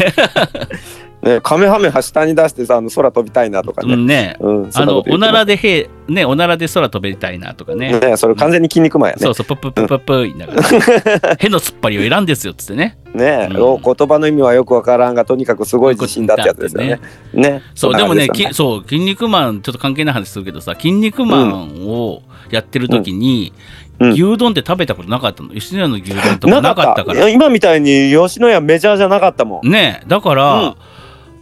Speaker 1: ねカメハメハ下に出してさあの空飛びたいなとか
Speaker 2: う
Speaker 1: ね、
Speaker 2: んね
Speaker 1: うんそ
Speaker 2: あ
Speaker 1: んな
Speaker 2: の
Speaker 1: こ
Speaker 2: お
Speaker 1: と言って
Speaker 2: な
Speaker 1: ま
Speaker 2: らでへねおならで空飛べたいなとかね
Speaker 1: すねそれ完全に筋肉マンやね
Speaker 2: そうそうプップップップップッ言いながら「への突っ張りを選んですよ」っつってね
Speaker 1: ね、
Speaker 2: うん
Speaker 1: お言葉の意味はよくわからんがとにかくすごい自信だってやつですよね。ね
Speaker 2: そうでもね、
Speaker 1: き
Speaker 2: きそう「筋肉マン」ちょっと関係ない話するけどさ「筋肉マン」をやってる時に、
Speaker 1: うんうん
Speaker 2: 牛丼って食べたことなかったの吉野家の牛丼とか
Speaker 1: な
Speaker 2: な
Speaker 1: か
Speaker 2: か
Speaker 1: っ
Speaker 2: ったた
Speaker 1: か
Speaker 2: から
Speaker 1: ら今みたいに吉野家メジャーじゃなかったもん。
Speaker 2: ねえだから、
Speaker 1: うん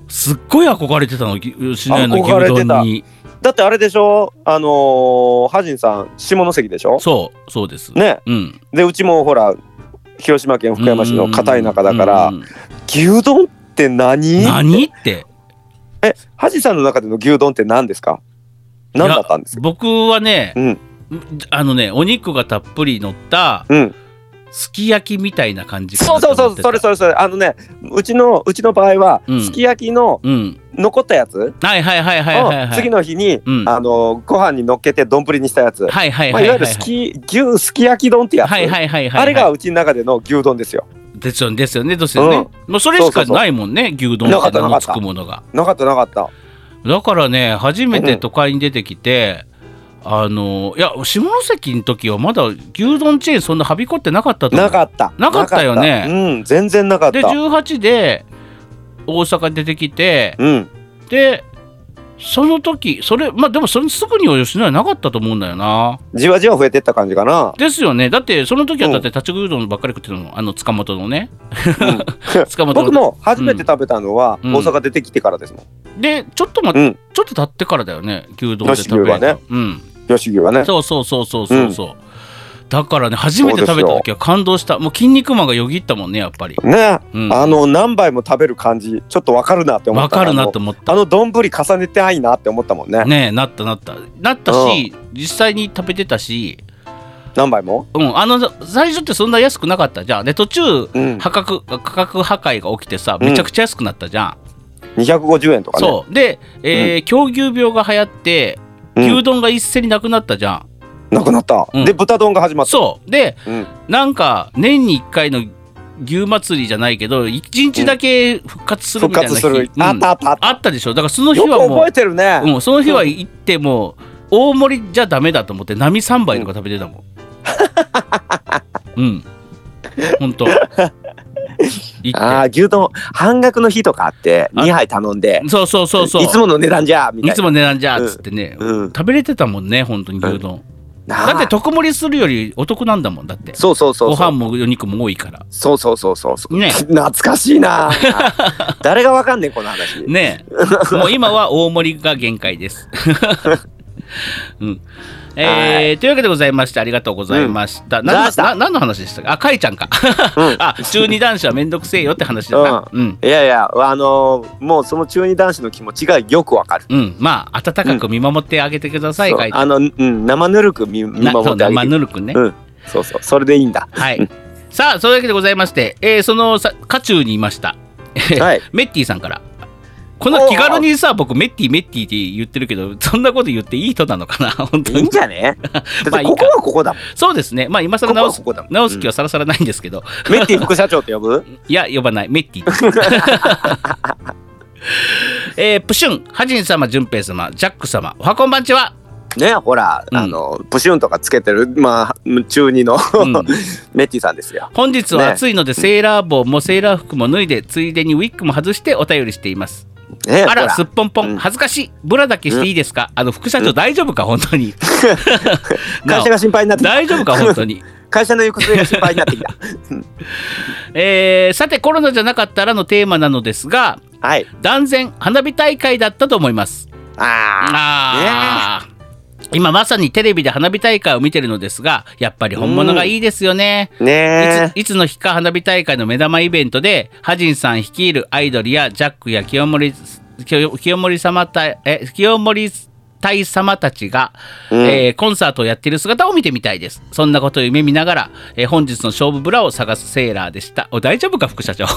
Speaker 2: すっごい憧れてたのぎ吉野家の
Speaker 1: 憧れて
Speaker 2: 牛
Speaker 1: た
Speaker 2: 丼に
Speaker 1: だってあれでしょあのー、ハジンさん下関でしょ
Speaker 2: そうそうです、
Speaker 1: ね
Speaker 2: うん、
Speaker 1: でうちもほら広島県福山市の片田舎だから、
Speaker 2: うんうん
Speaker 1: 牛丼って何
Speaker 2: 何って
Speaker 1: えハジンさんの中での牛丼って何ですか何だったんですか
Speaker 2: 僕はね
Speaker 1: うん
Speaker 2: あのねお肉がたっぷり乗った
Speaker 1: うん、
Speaker 2: すき焼きみたいな感じか
Speaker 1: そう
Speaker 2: なと
Speaker 1: そ
Speaker 2: 思
Speaker 1: うそう
Speaker 2: ってた
Speaker 1: それそれそれあのねうちのうちの場合は、
Speaker 2: うん
Speaker 1: すき焼きの
Speaker 2: うん
Speaker 1: 残ったやつ
Speaker 2: はいはいはいはいはい
Speaker 1: を
Speaker 2: はい
Speaker 1: 次の日に、
Speaker 2: うん
Speaker 1: あのご飯に乗っけて丼にしたやつ、
Speaker 2: はいはいは
Speaker 1: まあ、い
Speaker 2: いは
Speaker 1: わゆ
Speaker 2: い
Speaker 1: る
Speaker 2: はい
Speaker 1: すき牛すき焼き丼ってやつ、
Speaker 2: はいはいはいはいはい
Speaker 1: あれがうちの中での牛丼ですよ
Speaker 2: ですよねですよねですよね、もうそれしかないもんね牛丼
Speaker 1: なか
Speaker 2: っ
Speaker 1: った
Speaker 2: て名
Speaker 1: なか
Speaker 2: の
Speaker 1: った
Speaker 2: つくものが
Speaker 1: なかったなかった
Speaker 2: だからね初めて都会に出てきて、あのいや下関の時はまだ牛丼チェーンそんなはびこってなかったと思う
Speaker 1: なかった
Speaker 2: なかったよね
Speaker 1: なかったうん全然なかった
Speaker 2: で18で大阪に出てきて
Speaker 1: うん
Speaker 2: でその時それまあでもそれすぐには吉野家なかったと思うんだよな
Speaker 1: じわじわ増えてった感じかな
Speaker 2: ですよねだってその時はだって立ち食いうどんばっかり食ってたのあの塚本のね
Speaker 1: うん
Speaker 2: 塚本の
Speaker 1: 僕も初めて食べたのは、
Speaker 2: うん
Speaker 1: 大阪出てきてからですもん
Speaker 2: でちょっと待って、
Speaker 1: うん
Speaker 2: ちょっと経ってからだよね牛丼で食べ
Speaker 1: よし牛は
Speaker 2: た
Speaker 1: ね
Speaker 2: うん
Speaker 1: 吉牛はね
Speaker 2: そうそうそうそうそうそう、だからね初めて食べた時は感動したもう筋肉マンがよぎったもんねやっぱり、
Speaker 1: ね、
Speaker 2: うん、
Speaker 1: あの何杯も食べる感じちょっとわかるなって思
Speaker 2: わ
Speaker 1: った
Speaker 2: かるなって思っ
Speaker 1: あ
Speaker 2: た
Speaker 1: のあの丼重ねてあいなって思ったもんね
Speaker 2: ねえなったなったなったし実際に食べてたし、
Speaker 1: 何杯も
Speaker 2: うん、あの最初ってそんな安くなかったじゃんで途中
Speaker 1: うん
Speaker 2: 破格価格破壊が起きてさめちゃくちゃ安くなったじゃん、
Speaker 1: 250円とかね
Speaker 2: そうで、えー狂牛病が流行って
Speaker 1: うん
Speaker 2: 牛丼が一斉になくなったじゃん、
Speaker 1: なくなった、
Speaker 2: うん
Speaker 1: で豚丼が始まった
Speaker 2: そうで
Speaker 1: うん
Speaker 2: なんか年に1回の牛祭りじゃないけど1日だけ復活する
Speaker 1: 復
Speaker 2: みたいな日、
Speaker 1: 活する、
Speaker 2: うん
Speaker 1: あったあったあっ
Speaker 2: あったでしょだからその
Speaker 1: た
Speaker 2: 日
Speaker 1: よ
Speaker 2: は
Speaker 1: く
Speaker 2: も
Speaker 1: 覚えてるね
Speaker 2: う、、うん、その日は行ってもう大盛りじゃダメだと思って並3杯とか食べてた もんうん、ほ んと行
Speaker 1: あ
Speaker 2: っ
Speaker 1: あ牛丼半額の日とかあって
Speaker 2: あ
Speaker 1: 2杯頼んで
Speaker 2: てそうそうそうそう
Speaker 1: いつもの値段じゃみたい
Speaker 2: い
Speaker 1: な
Speaker 2: つも値段じゃっつってね、
Speaker 1: うん
Speaker 2: 食べれてたもんね本当に牛丼、
Speaker 1: なあ
Speaker 2: だって特盛りするよりお得なんだもんだって
Speaker 1: そうそうそうそう
Speaker 2: ご飯もお肉も多いから
Speaker 1: そうそうそうそうそう、
Speaker 2: ね
Speaker 1: 懐かしいな 誰がわかんねんこの話、
Speaker 2: ねえもう今は大盛りが限界です。 うんえーというわけでございましてありがとうございました。
Speaker 1: ん
Speaker 2: 何
Speaker 1: どうした
Speaker 2: な何の話でしたかあかいちゃんか。
Speaker 1: うん
Speaker 2: あ中二男子はめんどくせえよって話だな。うん
Speaker 1: いやいやあのーもうその中二男子の気持ちがよくわかる
Speaker 2: うん、まあ温かく見守ってあげてください、
Speaker 1: そう
Speaker 2: かいちゃ
Speaker 1: あ
Speaker 2: ん。
Speaker 1: の、うん、生ぬるく見見
Speaker 2: な
Speaker 1: 守
Speaker 2: そう
Speaker 1: って
Speaker 2: だ
Speaker 1: あげ
Speaker 2: まあ
Speaker 1: て
Speaker 2: ぬるくんね。
Speaker 1: うんそうそうそれでい いんだ
Speaker 2: は
Speaker 1: う
Speaker 2: い。さあそういうわけでございまして、えーそのさ渦中にいました、
Speaker 1: はい
Speaker 2: メッティさんから。こんな気軽にさ僕メッティメッティって言ってるけどそんなこと言っていい人なのかな 本当
Speaker 1: いいん
Speaker 2: に。
Speaker 1: じ ゃねだ
Speaker 2: まあ
Speaker 1: っ
Speaker 2: い
Speaker 1: て
Speaker 2: いか
Speaker 1: ここはここだもん
Speaker 2: そうですねまあ今更
Speaker 1: ここ
Speaker 2: 直
Speaker 1: は
Speaker 2: す
Speaker 1: ここだもん
Speaker 2: 直す気はさらさらないんですけど、
Speaker 1: うんメッティ副社長って呼ぶ
Speaker 2: いや呼ばないメッティ えー、プシュンハジン様淳平様ジャック様おはこんばんちは、
Speaker 1: ねほら、
Speaker 2: うん
Speaker 1: あのプシュンとかつけてるまあ 中二の、
Speaker 2: ん
Speaker 1: メッティさんですよ
Speaker 2: 本日は暑いので、セーラー帽もセーラー服も脱いでついでにウィッグも外してお便りしています
Speaker 1: ね
Speaker 2: あ
Speaker 1: ほ
Speaker 2: ら
Speaker 1: ら
Speaker 2: すっぽんぽん
Speaker 1: うん
Speaker 2: 恥ずかしいブラだけしていい ですか、あの副社長大丈夫か本当にな
Speaker 1: 会
Speaker 2: お
Speaker 1: 社が心配になってきた
Speaker 2: 大丈夫か本当に
Speaker 1: 会社の行く末が心配になって きた。
Speaker 2: えーさてコロナじゃなかったらのテーマなのですが
Speaker 1: はい。
Speaker 2: 断然花火大会だったと思います
Speaker 1: あ
Speaker 2: あー今まさにテレビで花火大会を見てるのですがやっぱり本物がいいですよね、
Speaker 1: あ。ね
Speaker 2: いついつの日か花火大会の目玉イベントでハジンさん率いるアイドルやジャックや清盛清清盛様たえ清盛隊様たちが、
Speaker 1: うん
Speaker 2: えーコンサートをやっている姿を見てみたいですそんなことを夢見ながら、えー本日の勝負ブラを探すセーラーでしたお大丈夫か副 社長い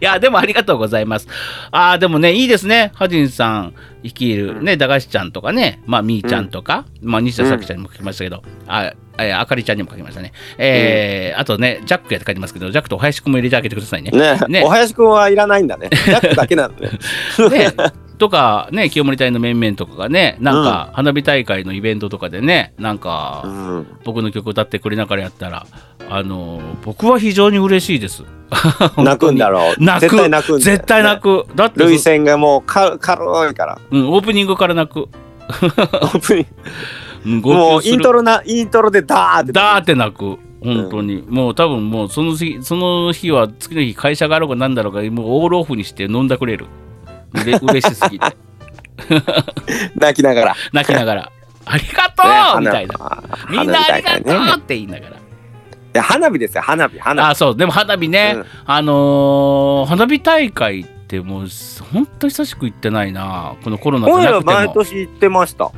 Speaker 2: やでもありがとうございますあーでもねいいですねハジンさん率いるね駄菓子ちゃんとかねまあみーちゃんとか、まあ西田咲ちゃんにも書きましたけど、あえーあかりちゃんにも書きましたねえーあとねジャックやって書いてますけどジャックとお林くんも入れてあげてくださいね
Speaker 1: え。ねえ。
Speaker 2: ね
Speaker 1: お林くんはいらないんだ ね。ジャックだけなのね。
Speaker 2: ねとかね清盛隊の面々とかがねなんか花火大会のイベントとかでねなんか、
Speaker 1: うん。
Speaker 2: 僕の曲歌ってくれながらやったらあのー僕は非常に嬉しいです
Speaker 1: 泣くんだろう。
Speaker 2: 泣く
Speaker 1: 絶対泣くんだよね
Speaker 2: 絶対泣くだって
Speaker 1: 涙腺がもうか軽いから。
Speaker 2: うん、オープニングから泣く、
Speaker 1: オープニング
Speaker 2: うん、号
Speaker 1: もう
Speaker 2: 泣す
Speaker 1: イ
Speaker 2: る
Speaker 1: ントロな、イントロでダーって。
Speaker 2: ダーって泣く本当に、もう多分もうその日その日は次の日会社があろうがなんだろうがもうオールオフにして飲んだくれるう れ嬉しすぎて
Speaker 1: 泣きながら。
Speaker 2: 泣きなが ら「ありが
Speaker 1: ね
Speaker 2: とう!」
Speaker 1: 花
Speaker 2: みたいな「みんなありがとう!」って言いながら。
Speaker 1: いや花火ですよ花火花火
Speaker 2: あそうでも花火ね、
Speaker 1: うん
Speaker 2: あのー花火大会ってもうほんと久しく行ってないなこのコロナじ
Speaker 1: 俺
Speaker 2: ゃ
Speaker 1: ら
Speaker 2: なく
Speaker 1: 毎
Speaker 2: ても
Speaker 1: 年行ってました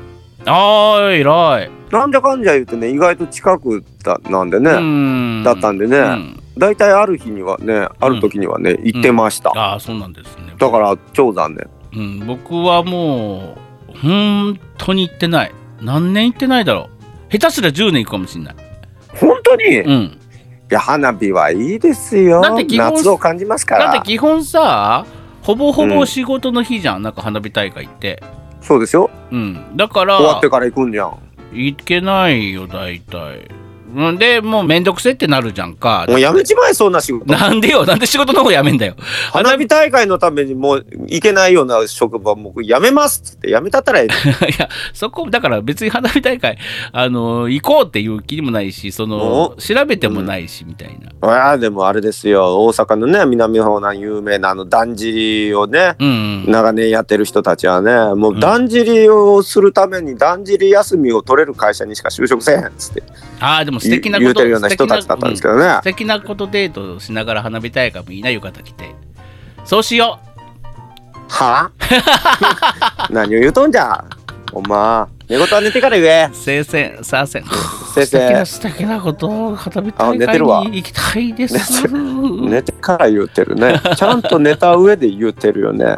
Speaker 2: ああ偉い、
Speaker 1: なんじゃかんじゃ言うてね意外と近くだなんでね、
Speaker 2: うん
Speaker 1: だったんでね、
Speaker 2: うん
Speaker 1: だいたいある日にはねある時にはね、行ってました、
Speaker 2: ああそうなんですね
Speaker 1: だから超残念
Speaker 2: うん、僕はもう本当に行ってない何年行ってないだろう下手すりゃ10年行くかもしれない、
Speaker 1: 本当に、
Speaker 2: う
Speaker 1: い
Speaker 2: ん、
Speaker 1: や花火はいいですよ
Speaker 2: だって基本
Speaker 1: 夏を感じますか
Speaker 2: だっ
Speaker 1: ら
Speaker 2: て基本さほぼほ
Speaker 1: う
Speaker 2: ぼ
Speaker 1: ん
Speaker 2: 仕事の日じゃん、なんか花火大会って、
Speaker 1: そうですよ
Speaker 2: うん、だか
Speaker 1: 終わっ
Speaker 2: ら
Speaker 1: てから行くんじゃん
Speaker 2: 行けないよ大体うんでもうめんどくせってなるじゃんか
Speaker 1: もうやめちまえそんな仕事
Speaker 2: なんでよなんで仕事の方やめんだよ
Speaker 1: 花火大会のためにもう行けないような職場もうやめますっつってやめたったらいい
Speaker 2: いや、そこ、だから別に花火大会、あの行こうっていう気にもないし、その、
Speaker 1: お
Speaker 2: 調べてもないし、みたいな。
Speaker 1: ああでもあれですよ大阪のね南の方の有名なあのだんじりをね
Speaker 2: うん。
Speaker 1: 長年やってる人たちはねも
Speaker 2: う
Speaker 1: うんだんじりをするためにだんじり休みを取れる会社にしか就職せえへんっつって
Speaker 2: ああ、でも素
Speaker 1: 言う
Speaker 2: 敵なこと
Speaker 1: 言うてるような人たちだったんですけどね
Speaker 2: 素、敵なうん素敵なことデートをしながら花火大会もいいな、浴衣着て。そうしよ
Speaker 1: はあ何を言うとんじゃおま寝言は寝てから言え
Speaker 2: う。聖戦、サーセン。
Speaker 1: 先
Speaker 2: 素敵な
Speaker 1: 生
Speaker 2: 素敵なことを花火
Speaker 1: あ
Speaker 2: 大
Speaker 1: 寝てるわ
Speaker 2: 会に行きたいです。
Speaker 1: 寝てから言うてるねちゃんと寝た上で言うてるよね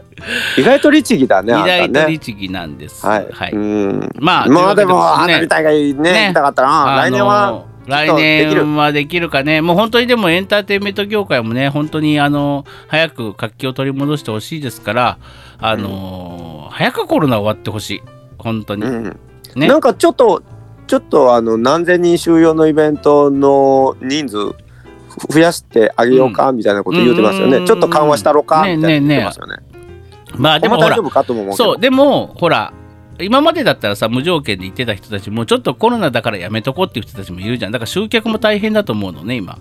Speaker 1: 意外と律儀だねあん
Speaker 2: 未来
Speaker 1: た
Speaker 2: と
Speaker 1: ね
Speaker 2: 律儀なんです。
Speaker 1: はい、うん
Speaker 2: まあ、
Speaker 1: ま
Speaker 2: と
Speaker 1: あ
Speaker 2: い
Speaker 1: で
Speaker 2: う
Speaker 1: も
Speaker 2: わけ
Speaker 1: 花
Speaker 2: すね
Speaker 1: 火大会ね
Speaker 2: ね
Speaker 1: 行きたかったな、
Speaker 2: あ
Speaker 1: 来
Speaker 2: の
Speaker 1: 年は
Speaker 2: 来年はできるかね、もう本当にでもエンターテインメント業界もね、本当にあの早く活気を取り戻してほしいですから、あの早くコロナ終わってほしい、本当に。
Speaker 1: うん
Speaker 2: ね
Speaker 1: なんかちょっとちょっとあの何千人収容のイベントの人数ふ増やしてあげようかみたいなこと言うてますよね、
Speaker 2: うん
Speaker 1: ちょっと緩和したろか
Speaker 2: ね
Speaker 1: みたいな言っ
Speaker 2: ね
Speaker 1: てますよね,、
Speaker 2: まあで
Speaker 1: ほん
Speaker 2: もほ
Speaker 1: ま大
Speaker 2: ら
Speaker 1: 丈、夫かとも思うけど
Speaker 2: そう、でもほら、今までだったらさ、無条件で言ってた人たちも、ちょっとコロナだからやめとこうっていう人たちもいるじゃん、だから集客も大変だと思うのね、今。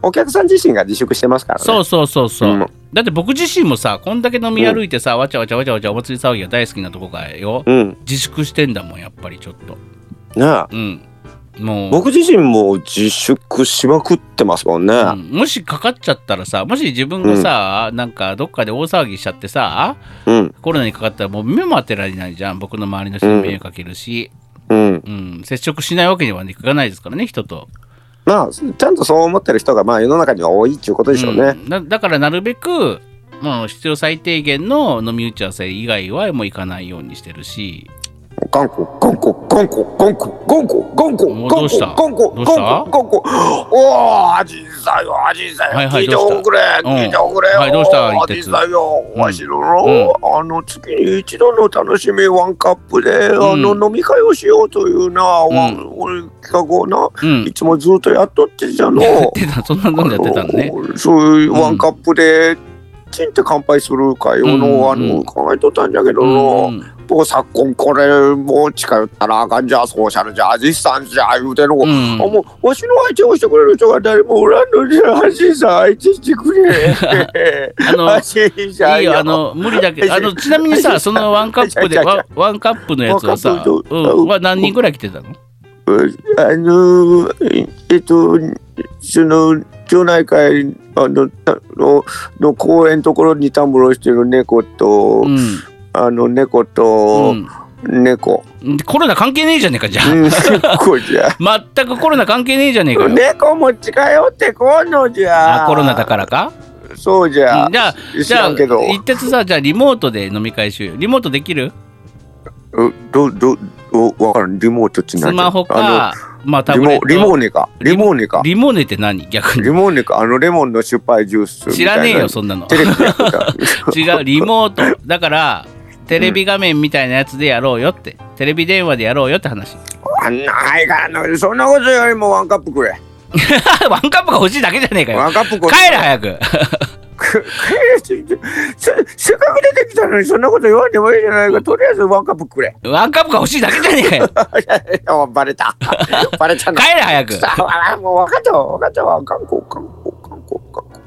Speaker 1: お客さん自身が自粛してますからね
Speaker 2: そうそうそうそう。
Speaker 1: うん
Speaker 2: だって僕自身もさ、こんだけ飲み歩いてさ、わちゃわちゃわちゃわちゃお祭り騒ぎが大好きなとこがよ、
Speaker 1: うんね
Speaker 2: 自粛してんだもん、やっぱりちょっと。
Speaker 1: え
Speaker 2: うん、もう
Speaker 1: 僕自身も自粛しまくってますもんね、
Speaker 2: うんもしかかっちゃったらさもし自分がさ、なんかどっかで大騒ぎしちゃってさ
Speaker 1: うん
Speaker 2: コロナにかかったらもう目も当てられないじゃん僕の周りの人に迷惑かけるし、
Speaker 1: うん、
Speaker 2: うん接触しないわけにはいかないですからね人と、
Speaker 1: まあちゃんとそう思ってる人がまあ世の中には多いっていうことでしょうね、
Speaker 2: うんだだからなるべくもう必要最低限の飲み打ち合わせ以外はもう行かないようにしてるし
Speaker 1: ゴンコゴンコゴンコゴンコゴンコゴンコゴンコ
Speaker 2: どうした
Speaker 1: ゴンコゴ
Speaker 2: ど
Speaker 1: ン
Speaker 2: う
Speaker 1: コ
Speaker 2: した
Speaker 1: ゴンコおーアジサイよアジサイよ
Speaker 2: はいはい
Speaker 1: 聞いて
Speaker 2: どうした
Speaker 1: おくれ
Speaker 2: うん
Speaker 1: 聞いておくれ
Speaker 2: はいどうした
Speaker 1: おー
Speaker 2: 一
Speaker 1: ア
Speaker 2: 徹
Speaker 1: ジサイよ
Speaker 2: うん
Speaker 1: わしののあの月に一度の楽しみワンカップであ
Speaker 2: ん
Speaker 1: の飲み会をしようというな
Speaker 2: うん
Speaker 1: ワン俺企画をな
Speaker 2: うん
Speaker 1: いつもずっとやっとってじゃの
Speaker 2: やってたそんなのやってたのね
Speaker 1: あのそういうワンカップでチンって乾杯するかよの、
Speaker 2: うんうん
Speaker 1: あの考えとったんじゃけどの、
Speaker 2: うん
Speaker 1: 僕昨今これもう近寄ったらあかんじゃソーシャルじゃアジスタンじゃ言うての、あ
Speaker 2: うん
Speaker 1: もうわしの相手をしてくれる人が誰もおらんのじゃアジさん相手して くれ
Speaker 2: あの
Speaker 1: アジさん
Speaker 2: いいよ、あの、無理だけど、あの、ちなみにさ、そのワンカップで、
Speaker 1: はいはい
Speaker 2: ワンワンカップのやつは
Speaker 1: ワン
Speaker 2: さ、
Speaker 1: カップ
Speaker 2: う
Speaker 1: のうん
Speaker 2: ん、は何人ぐらい来てたの
Speaker 1: うんあのーえっとその町内会あのたのの公園のところにたむろしてる猫と、
Speaker 2: うん。
Speaker 1: あの猫
Speaker 2: う
Speaker 1: と、
Speaker 2: ん
Speaker 1: 猫、
Speaker 2: コロナ関係ねえじゃねえか、じゃあ。
Speaker 1: うん、猫じゃ
Speaker 2: 全くコロナ関係ねえじゃねえかよ。
Speaker 1: 猫も近寄ってこんのじゃ
Speaker 2: あコロナだからか
Speaker 1: そうじゃ
Speaker 2: うんじゃあ、
Speaker 1: 知
Speaker 2: じゃ
Speaker 1: ら
Speaker 2: あ、
Speaker 1: んけど
Speaker 2: 一徹さ、じゃあリモートで飲み会しようよ。リモートできる
Speaker 1: うどどどわからんリモートって
Speaker 2: ス
Speaker 1: 何
Speaker 2: マホ
Speaker 1: あ
Speaker 2: か、まあ
Speaker 1: の
Speaker 2: タ
Speaker 1: リ
Speaker 2: ブレ
Speaker 1: モ
Speaker 2: ット。
Speaker 1: リモーネかリモーネか
Speaker 2: リモネって何逆
Speaker 1: リ
Speaker 2: に。
Speaker 1: モーネかあのレモンの失敗ジュースみた
Speaker 2: 知
Speaker 1: いな
Speaker 2: らね えよ、そんなの。
Speaker 1: テレビでやってた
Speaker 2: 違う、リモート。だから、テレビ画面みたいなやつでやろうよって。テレビ電話でやろうよって話。
Speaker 1: あんなハイカラのそんなことよりもワンカップくれ
Speaker 2: ワンカップが欲しいだけじゃねえかよ。
Speaker 1: ワンカップくれ
Speaker 2: 帰れ早く。
Speaker 1: くくれ せせっかく出てきたのにそんなこと言わんでもいいじゃないかとりあえずワンカップくれ
Speaker 2: ワンカップが欲しいだけじゃねえかよ。
Speaker 1: あバレたバレたの
Speaker 2: 帰れ早く。
Speaker 1: さあもう分かったわ分かったわ観光観光観光観光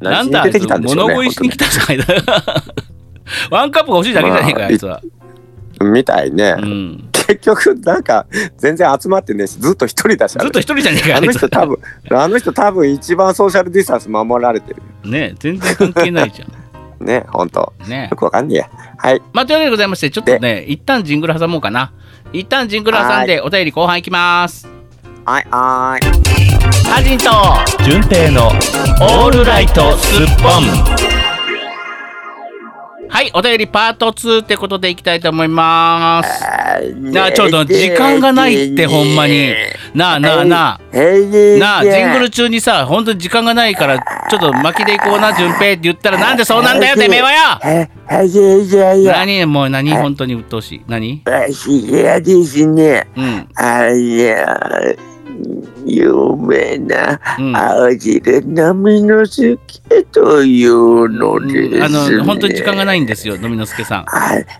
Speaker 2: なんだ、
Speaker 1: 何しに出てきたんでしょ
Speaker 2: 物
Speaker 1: うね
Speaker 2: 乞いしに来たじゃないか。 ワンカップが欲しいだけじゃねえかよ、あいつは。
Speaker 1: みたいね、
Speaker 2: うん。
Speaker 1: 結局なんか全然集まってねえしずっと一人だしあ
Speaker 2: ず
Speaker 1: れ
Speaker 2: っと一人じゃねえかよ、
Speaker 1: あ
Speaker 2: あい
Speaker 1: の
Speaker 2: つ
Speaker 1: 人。多分あの人多分一番ソーシャルディスタンス守られてる
Speaker 2: ね全然関係ないじゃん。
Speaker 1: ね本当
Speaker 2: ね
Speaker 1: よくわかんねえやはい
Speaker 2: まあ、というわけでございまして、ちょっとね、一旦ジングル挟もうかな。一旦ジングル挟んで、お便り後半いきます。
Speaker 1: はいはーい
Speaker 2: ハジンと、純平の、オールライトスッポン。はい、お便りパート2ってことでいきたいと思います。
Speaker 1: あーね
Speaker 2: なあ、ちょっと時間がないって、ほんまに。なあなあなあ。
Speaker 1: へいね
Speaker 2: なあ、ジングル中にさ、本当に時間がないから、ちょっと巻きでいこうな、順平って言ったら、なんでそうなんだよ、てめえはよ
Speaker 1: えはいえいやいや
Speaker 2: 何もう何本当に鬱陶しい。何
Speaker 1: いやですね
Speaker 2: うん。
Speaker 1: あいや有名な
Speaker 2: うん。
Speaker 1: 青汁並みの好きというのです、ね
Speaker 2: あの、本当に時間がないんですよ、飲みのすけさん。
Speaker 1: あ、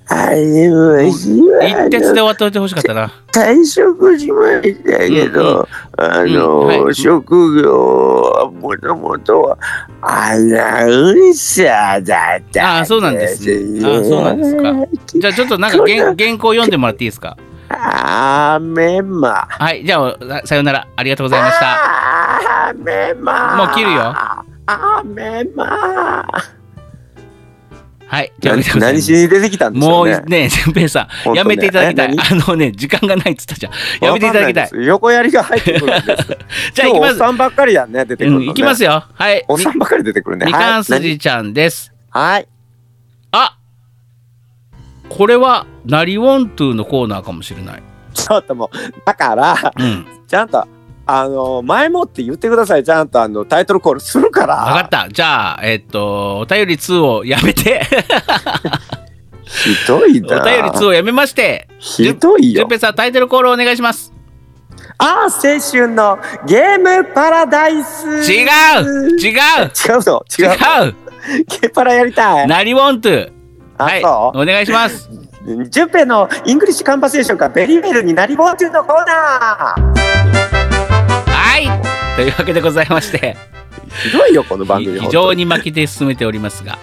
Speaker 1: あれはしは
Speaker 2: 一徹で終わっておいてほしかった な。
Speaker 1: 退職しましたけど、あの、
Speaker 2: うんはい
Speaker 1: 職業はもともとはアナウンサーだった
Speaker 2: あそうなんですねあそうなんですか
Speaker 1: か。
Speaker 2: じゃあちょっとなんか原原稿読んでもらっていいですか。
Speaker 1: あメンマ。
Speaker 2: はい、じゃあさようなら、ありがとうございました。
Speaker 1: あメンマ。
Speaker 2: もう切るよ
Speaker 1: あメンマ。
Speaker 2: はい、じゃあ
Speaker 1: 何何しに出てきたんです
Speaker 2: も
Speaker 1: よ
Speaker 2: う
Speaker 1: ね。
Speaker 2: ね、順平さん、
Speaker 1: 本当ね
Speaker 2: やめていただきたい。
Speaker 1: え
Speaker 2: あのね、時間がないっつったじゃん。 やめていただきたい。
Speaker 1: わかんなです横やりが入ってくるんです。
Speaker 2: じゃあ行き
Speaker 1: 今
Speaker 2: ま
Speaker 1: 日おっ
Speaker 2: す。
Speaker 1: さんばっかりやね出てくる
Speaker 2: う
Speaker 1: の
Speaker 2: ん、
Speaker 1: ね。
Speaker 2: 行きますよ。はい。
Speaker 1: おっさんばっかり出てくるね。
Speaker 2: みかん
Speaker 1: はい
Speaker 2: すじちゃんです。
Speaker 1: はい。
Speaker 2: あこれはなりワントゥーのコーナーかもしれない。
Speaker 1: ちょっともう、だから、
Speaker 2: うん。分
Speaker 1: ちゃんと、あの、前もって言ってください。ちゃんと、あの、タイトルコールするから。
Speaker 2: かった。じゃあ、えっと、お便り2をやめて、
Speaker 1: ひどい
Speaker 2: お便り
Speaker 1: な。
Speaker 2: 2をやめまして、
Speaker 1: ひどい
Speaker 2: じゅ
Speaker 1: よ
Speaker 2: ん。ぺいさん、タイトルコールお願いします。
Speaker 1: ああ、青春のゲームパラダイス。
Speaker 2: 違う
Speaker 1: 違う
Speaker 2: 違う
Speaker 1: の違
Speaker 2: 違
Speaker 1: う。
Speaker 2: う
Speaker 1: ゲパラやりたい。
Speaker 2: なりワントゥーはい、
Speaker 1: あ、そ
Speaker 2: お願いします。
Speaker 1: う。ジュンペイのイングリッシュカンパセーションがベリーベルになりぼう中のコーナー。
Speaker 2: はいというわけでございまして、
Speaker 1: ひどいよ、この番組。
Speaker 2: 非常
Speaker 1: に。
Speaker 2: に負けて進めておりますが、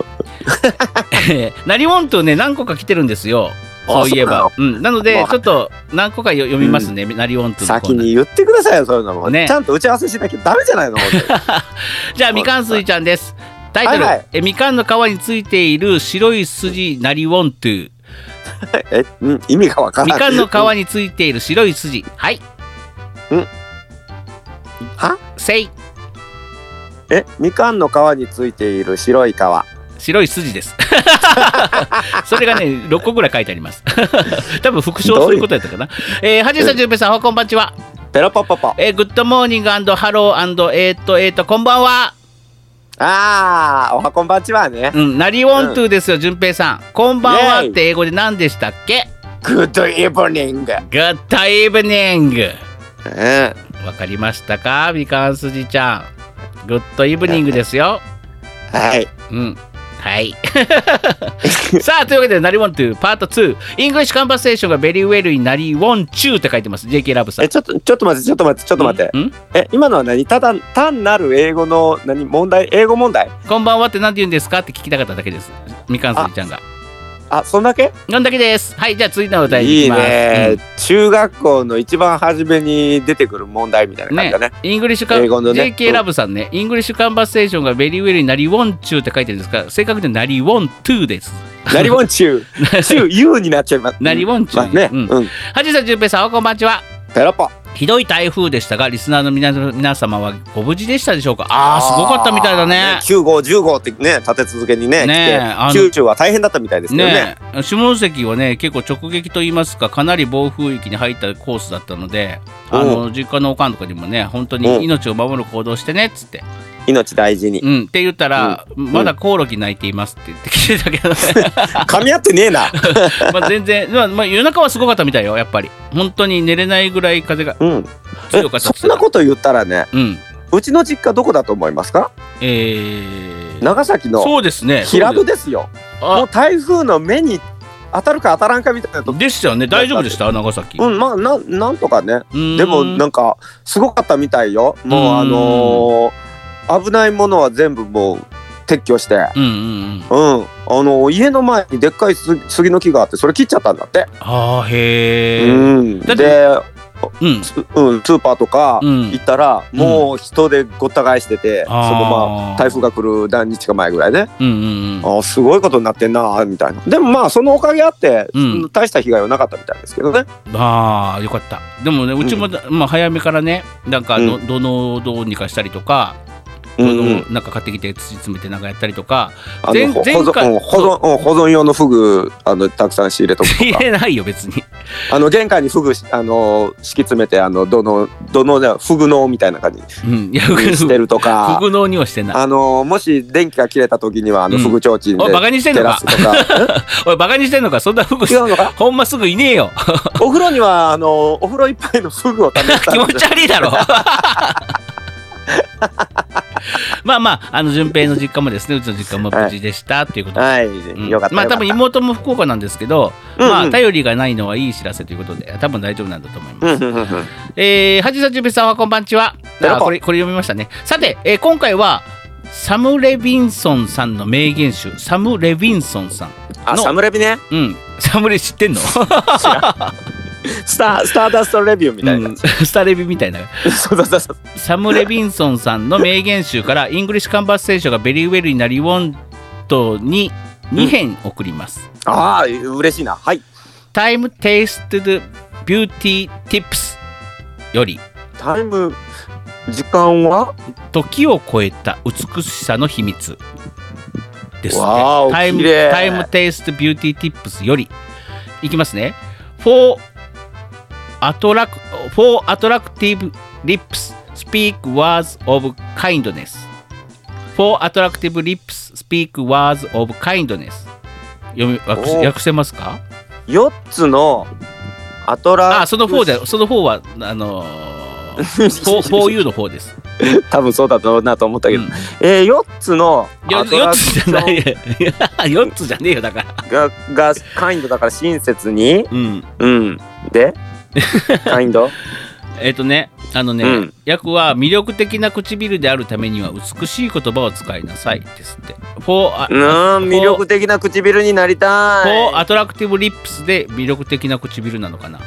Speaker 2: えーなりワントゥーね、何個か来てるんですよ。そういえば。うん、なので
Speaker 1: も、う
Speaker 2: ちょっと何個かよ読みますね、なりワントゥーのコー
Speaker 1: 先
Speaker 2: ナー
Speaker 1: に言ってくださいよ、そういうのも。
Speaker 2: ね
Speaker 1: ちゃんと打ち合わせしなきゃダメじゃないの。
Speaker 2: じゃあみかんすいちゃんです。タイトル、
Speaker 1: はいはい
Speaker 2: えみかんの皮についている白い筋なりウォントゥ
Speaker 1: え、うん、意味がわから
Speaker 2: み
Speaker 1: ない。
Speaker 2: かんの皮についている白い筋はい
Speaker 1: は
Speaker 2: せい
Speaker 1: え、みかんの皮についている白い皮。
Speaker 2: 白い筋です それがね6個ぐらい書いてあります 多分復唱することやったかなえー、はじめさんじゅんぺいさんおはこんばんちは
Speaker 1: ペロポポポ。
Speaker 2: えー、グッドモーニングハローえーっとえーっとこんばんは
Speaker 1: ああ、おはこんばんちはね。
Speaker 2: うんなりウォントゥですよじゅんぺいさんこんばんは
Speaker 1: イェイ
Speaker 2: って英語で何でしたっけ
Speaker 1: グッドイブニング。
Speaker 2: グッドイブニング
Speaker 1: うん。
Speaker 2: わかりましたかみかんすじちゃん。グッドイブニングですよ。
Speaker 1: はい。
Speaker 2: うん。はい。 さあ、というわけで、なりわんというパート2、イングリッシュカンバセーションがベリーウェルになりわんちゅうって書いてます、JK ラブさん。
Speaker 1: え、ちょっと、ちょっと待って、ちょっと待って、ちょっと待って。
Speaker 2: うんうん
Speaker 1: え、今のは何ただ、単なる英語の、何問題英語問題
Speaker 2: こんばんはって何て言うんですかって聞きたかっただけです。みかんすりちゃんが。
Speaker 1: あ、そんだけ
Speaker 2: なんだけです。はい、じゃあ次のお題い
Speaker 1: い
Speaker 2: き
Speaker 1: い
Speaker 2: ます。
Speaker 1: ね、中学校の一番初めに出てくる問題みたいな感じだ ね。
Speaker 2: イングリッシュカン、
Speaker 1: 英語のね
Speaker 2: JK ラブさんね、イングリッシュカンバセーションがベリーウェルになりワンチューって書いてるんですが、正確にはなりワントゥー です。
Speaker 1: なりもん ちゅう。ちゅう、ゆうになっちゃいます。
Speaker 2: なりわんちゅう
Speaker 1: まあね。
Speaker 2: うん
Speaker 1: うん。
Speaker 2: はじさん、じゅんぺいさん、おこんばんちは。
Speaker 1: ペロポ。
Speaker 2: ひどい台風でしたが、リスナーの皆皆様はご無事でしたでしょうかああ、すごかったみたいだね。
Speaker 1: 9号、10号ってね、立て続けにね、
Speaker 2: ねえあの
Speaker 1: 来て、九州は大変だったみたいですけどね。
Speaker 2: ねえ下関はね結構直撃と言いますかかなり暴風域に入ったコースだったのであの実家のおかんとかにもね本当
Speaker 1: うん
Speaker 2: に命を守る行動をしてねっつって
Speaker 1: 命大事
Speaker 2: う
Speaker 1: に。
Speaker 2: んって言ったら、まだコオロギ泣いていますって言ってきてたけどね
Speaker 1: 噛み合ってねえ な。
Speaker 2: まあ全然、まあまあ、夜中はすごかったみたいよやっぱり本当に寝れないぐらい風が
Speaker 1: うん。
Speaker 2: 強かったっ
Speaker 1: えそんなこと言ったらね、
Speaker 2: とうん
Speaker 1: うちの実家どこだと思いますか
Speaker 2: えー、
Speaker 1: 長崎の
Speaker 2: そうですね
Speaker 1: 平戸
Speaker 2: そうで
Speaker 1: ですよ。も
Speaker 2: あ
Speaker 1: う台風の目に当たるか当たらんかみたいなとこ。
Speaker 2: ですよね大丈夫でした長崎、
Speaker 1: うん、まあ、なん、なんとかね。
Speaker 2: うん
Speaker 1: でもなんかすごかったみたいよ
Speaker 2: う
Speaker 1: も
Speaker 2: ん
Speaker 1: うあのー危ないものは全部もう撤去してうん
Speaker 2: うんうんうん
Speaker 1: あのー家の前にでっかいす杉の木があってそれ切っちゃったんだって、
Speaker 2: ああへえ
Speaker 1: うん
Speaker 2: だって
Speaker 1: で、
Speaker 2: うん
Speaker 1: すうん、スーパーとか
Speaker 2: うん
Speaker 1: 行ったら、
Speaker 2: ん
Speaker 1: もう人でごった返してて、その
Speaker 2: あー
Speaker 1: まあ台風が来る何日か前ぐらいね
Speaker 2: うんうんうん
Speaker 1: あーすごいことになってんなみたいなでもまあそのおかげあって、
Speaker 2: うん
Speaker 1: 大した被害はなかったみたいですけどね
Speaker 2: ああよかったでもねうちもだ、まあ、早めからねなんかの、
Speaker 1: う
Speaker 2: 土のをどうにかしたりとか、
Speaker 1: うん
Speaker 2: 土
Speaker 1: う
Speaker 2: の
Speaker 1: ん
Speaker 2: をなんか買ってきて土詰めてなんかやったりとか
Speaker 1: あの
Speaker 2: 前
Speaker 1: ほ
Speaker 2: 前
Speaker 1: 保
Speaker 2: 回
Speaker 1: 存うん保存うん保存用のフグあのたくさん仕入れとくとか
Speaker 2: 入れないよ別に
Speaker 1: あの玄関にフグしあの敷き詰めてあのどのどのじゃフグのみたいな感じ
Speaker 2: うんいや
Speaker 1: にして
Speaker 2: 服
Speaker 1: るとか
Speaker 2: のにはしてない
Speaker 1: あのもし電気が切れた時にはあの
Speaker 2: うん
Speaker 1: フグ提灯で
Speaker 2: おいバカにしてんの
Speaker 1: 照ら
Speaker 2: か
Speaker 1: すと か
Speaker 2: おいバカにしてんのかそんな服
Speaker 1: 違うのか
Speaker 2: ほんますぐいねえよ
Speaker 1: お風呂にはあのお風呂いっぱいのフグを食べて た
Speaker 2: 気
Speaker 1: ん
Speaker 2: 持
Speaker 1: です
Speaker 2: ち悪いだ ろまあまああの順平の実家もですねうちの実家も無事でした、ということで
Speaker 1: はい、
Speaker 2: うん
Speaker 1: よかった
Speaker 2: まあ
Speaker 1: よか
Speaker 2: 多
Speaker 1: った
Speaker 2: 分妹も福岡なんですけど、
Speaker 1: うんうん
Speaker 2: まあ頼りがないのはいい知らせということで多分大丈夫なんだと思います。
Speaker 1: うんうんうんうん
Speaker 2: えー、はじさじべさんはこんばんちは。
Speaker 1: どうも
Speaker 2: あこれこれ読みましたね。さて、えー今回はサム・レビンソンさんの名言集サム・レビンソンさん。
Speaker 1: あ
Speaker 2: の
Speaker 1: サムレビね
Speaker 2: うん、サムレ知ってんの
Speaker 1: スタースターダストレビューみたいな、
Speaker 2: うんスタレビみたいな。
Speaker 1: そうそうそうそう
Speaker 2: サム・レビンソンさんの名言集からイングリッシュ・カンバーセーションがベリーウェルになりウォントに2編送ります。
Speaker 1: ああ嬉しいなはい
Speaker 2: Time Tasted Beauty Tips より
Speaker 1: タイム時間は
Speaker 2: 時を超えた美しさの秘密ですね。
Speaker 1: わーお
Speaker 2: タイム
Speaker 1: 綺麗
Speaker 2: タイムテイストビューティーティップスよりいきますね。For attract for attractive lips speak words of kindness for attractive lips speak words of kindness 読み訳せ
Speaker 1: お
Speaker 2: 訳せますか？
Speaker 1: 4つのアトラ
Speaker 2: あ、その4でその4はあの ー、for for you の4です。
Speaker 1: 多分そうだろうなと思ったけど、
Speaker 2: うん
Speaker 1: えー、4つの
Speaker 2: よ
Speaker 1: アト
Speaker 2: 4
Speaker 1: ラク
Speaker 2: つ
Speaker 1: シ
Speaker 2: じゃな
Speaker 1: ョ
Speaker 2: い
Speaker 1: ン
Speaker 2: 4つじゃねえよだ から。
Speaker 1: ががカインドだから親切に
Speaker 2: うん。
Speaker 1: うん でカインド
Speaker 2: えっ、とね、あのね、
Speaker 1: うん
Speaker 2: 訳は魅力的な唇であるためには美しい言葉を使いなさいですって。For, あ
Speaker 1: うーん魅力的な唇になりた
Speaker 2: for
Speaker 1: い
Speaker 2: attractive lips で魅力的な唇なのかな。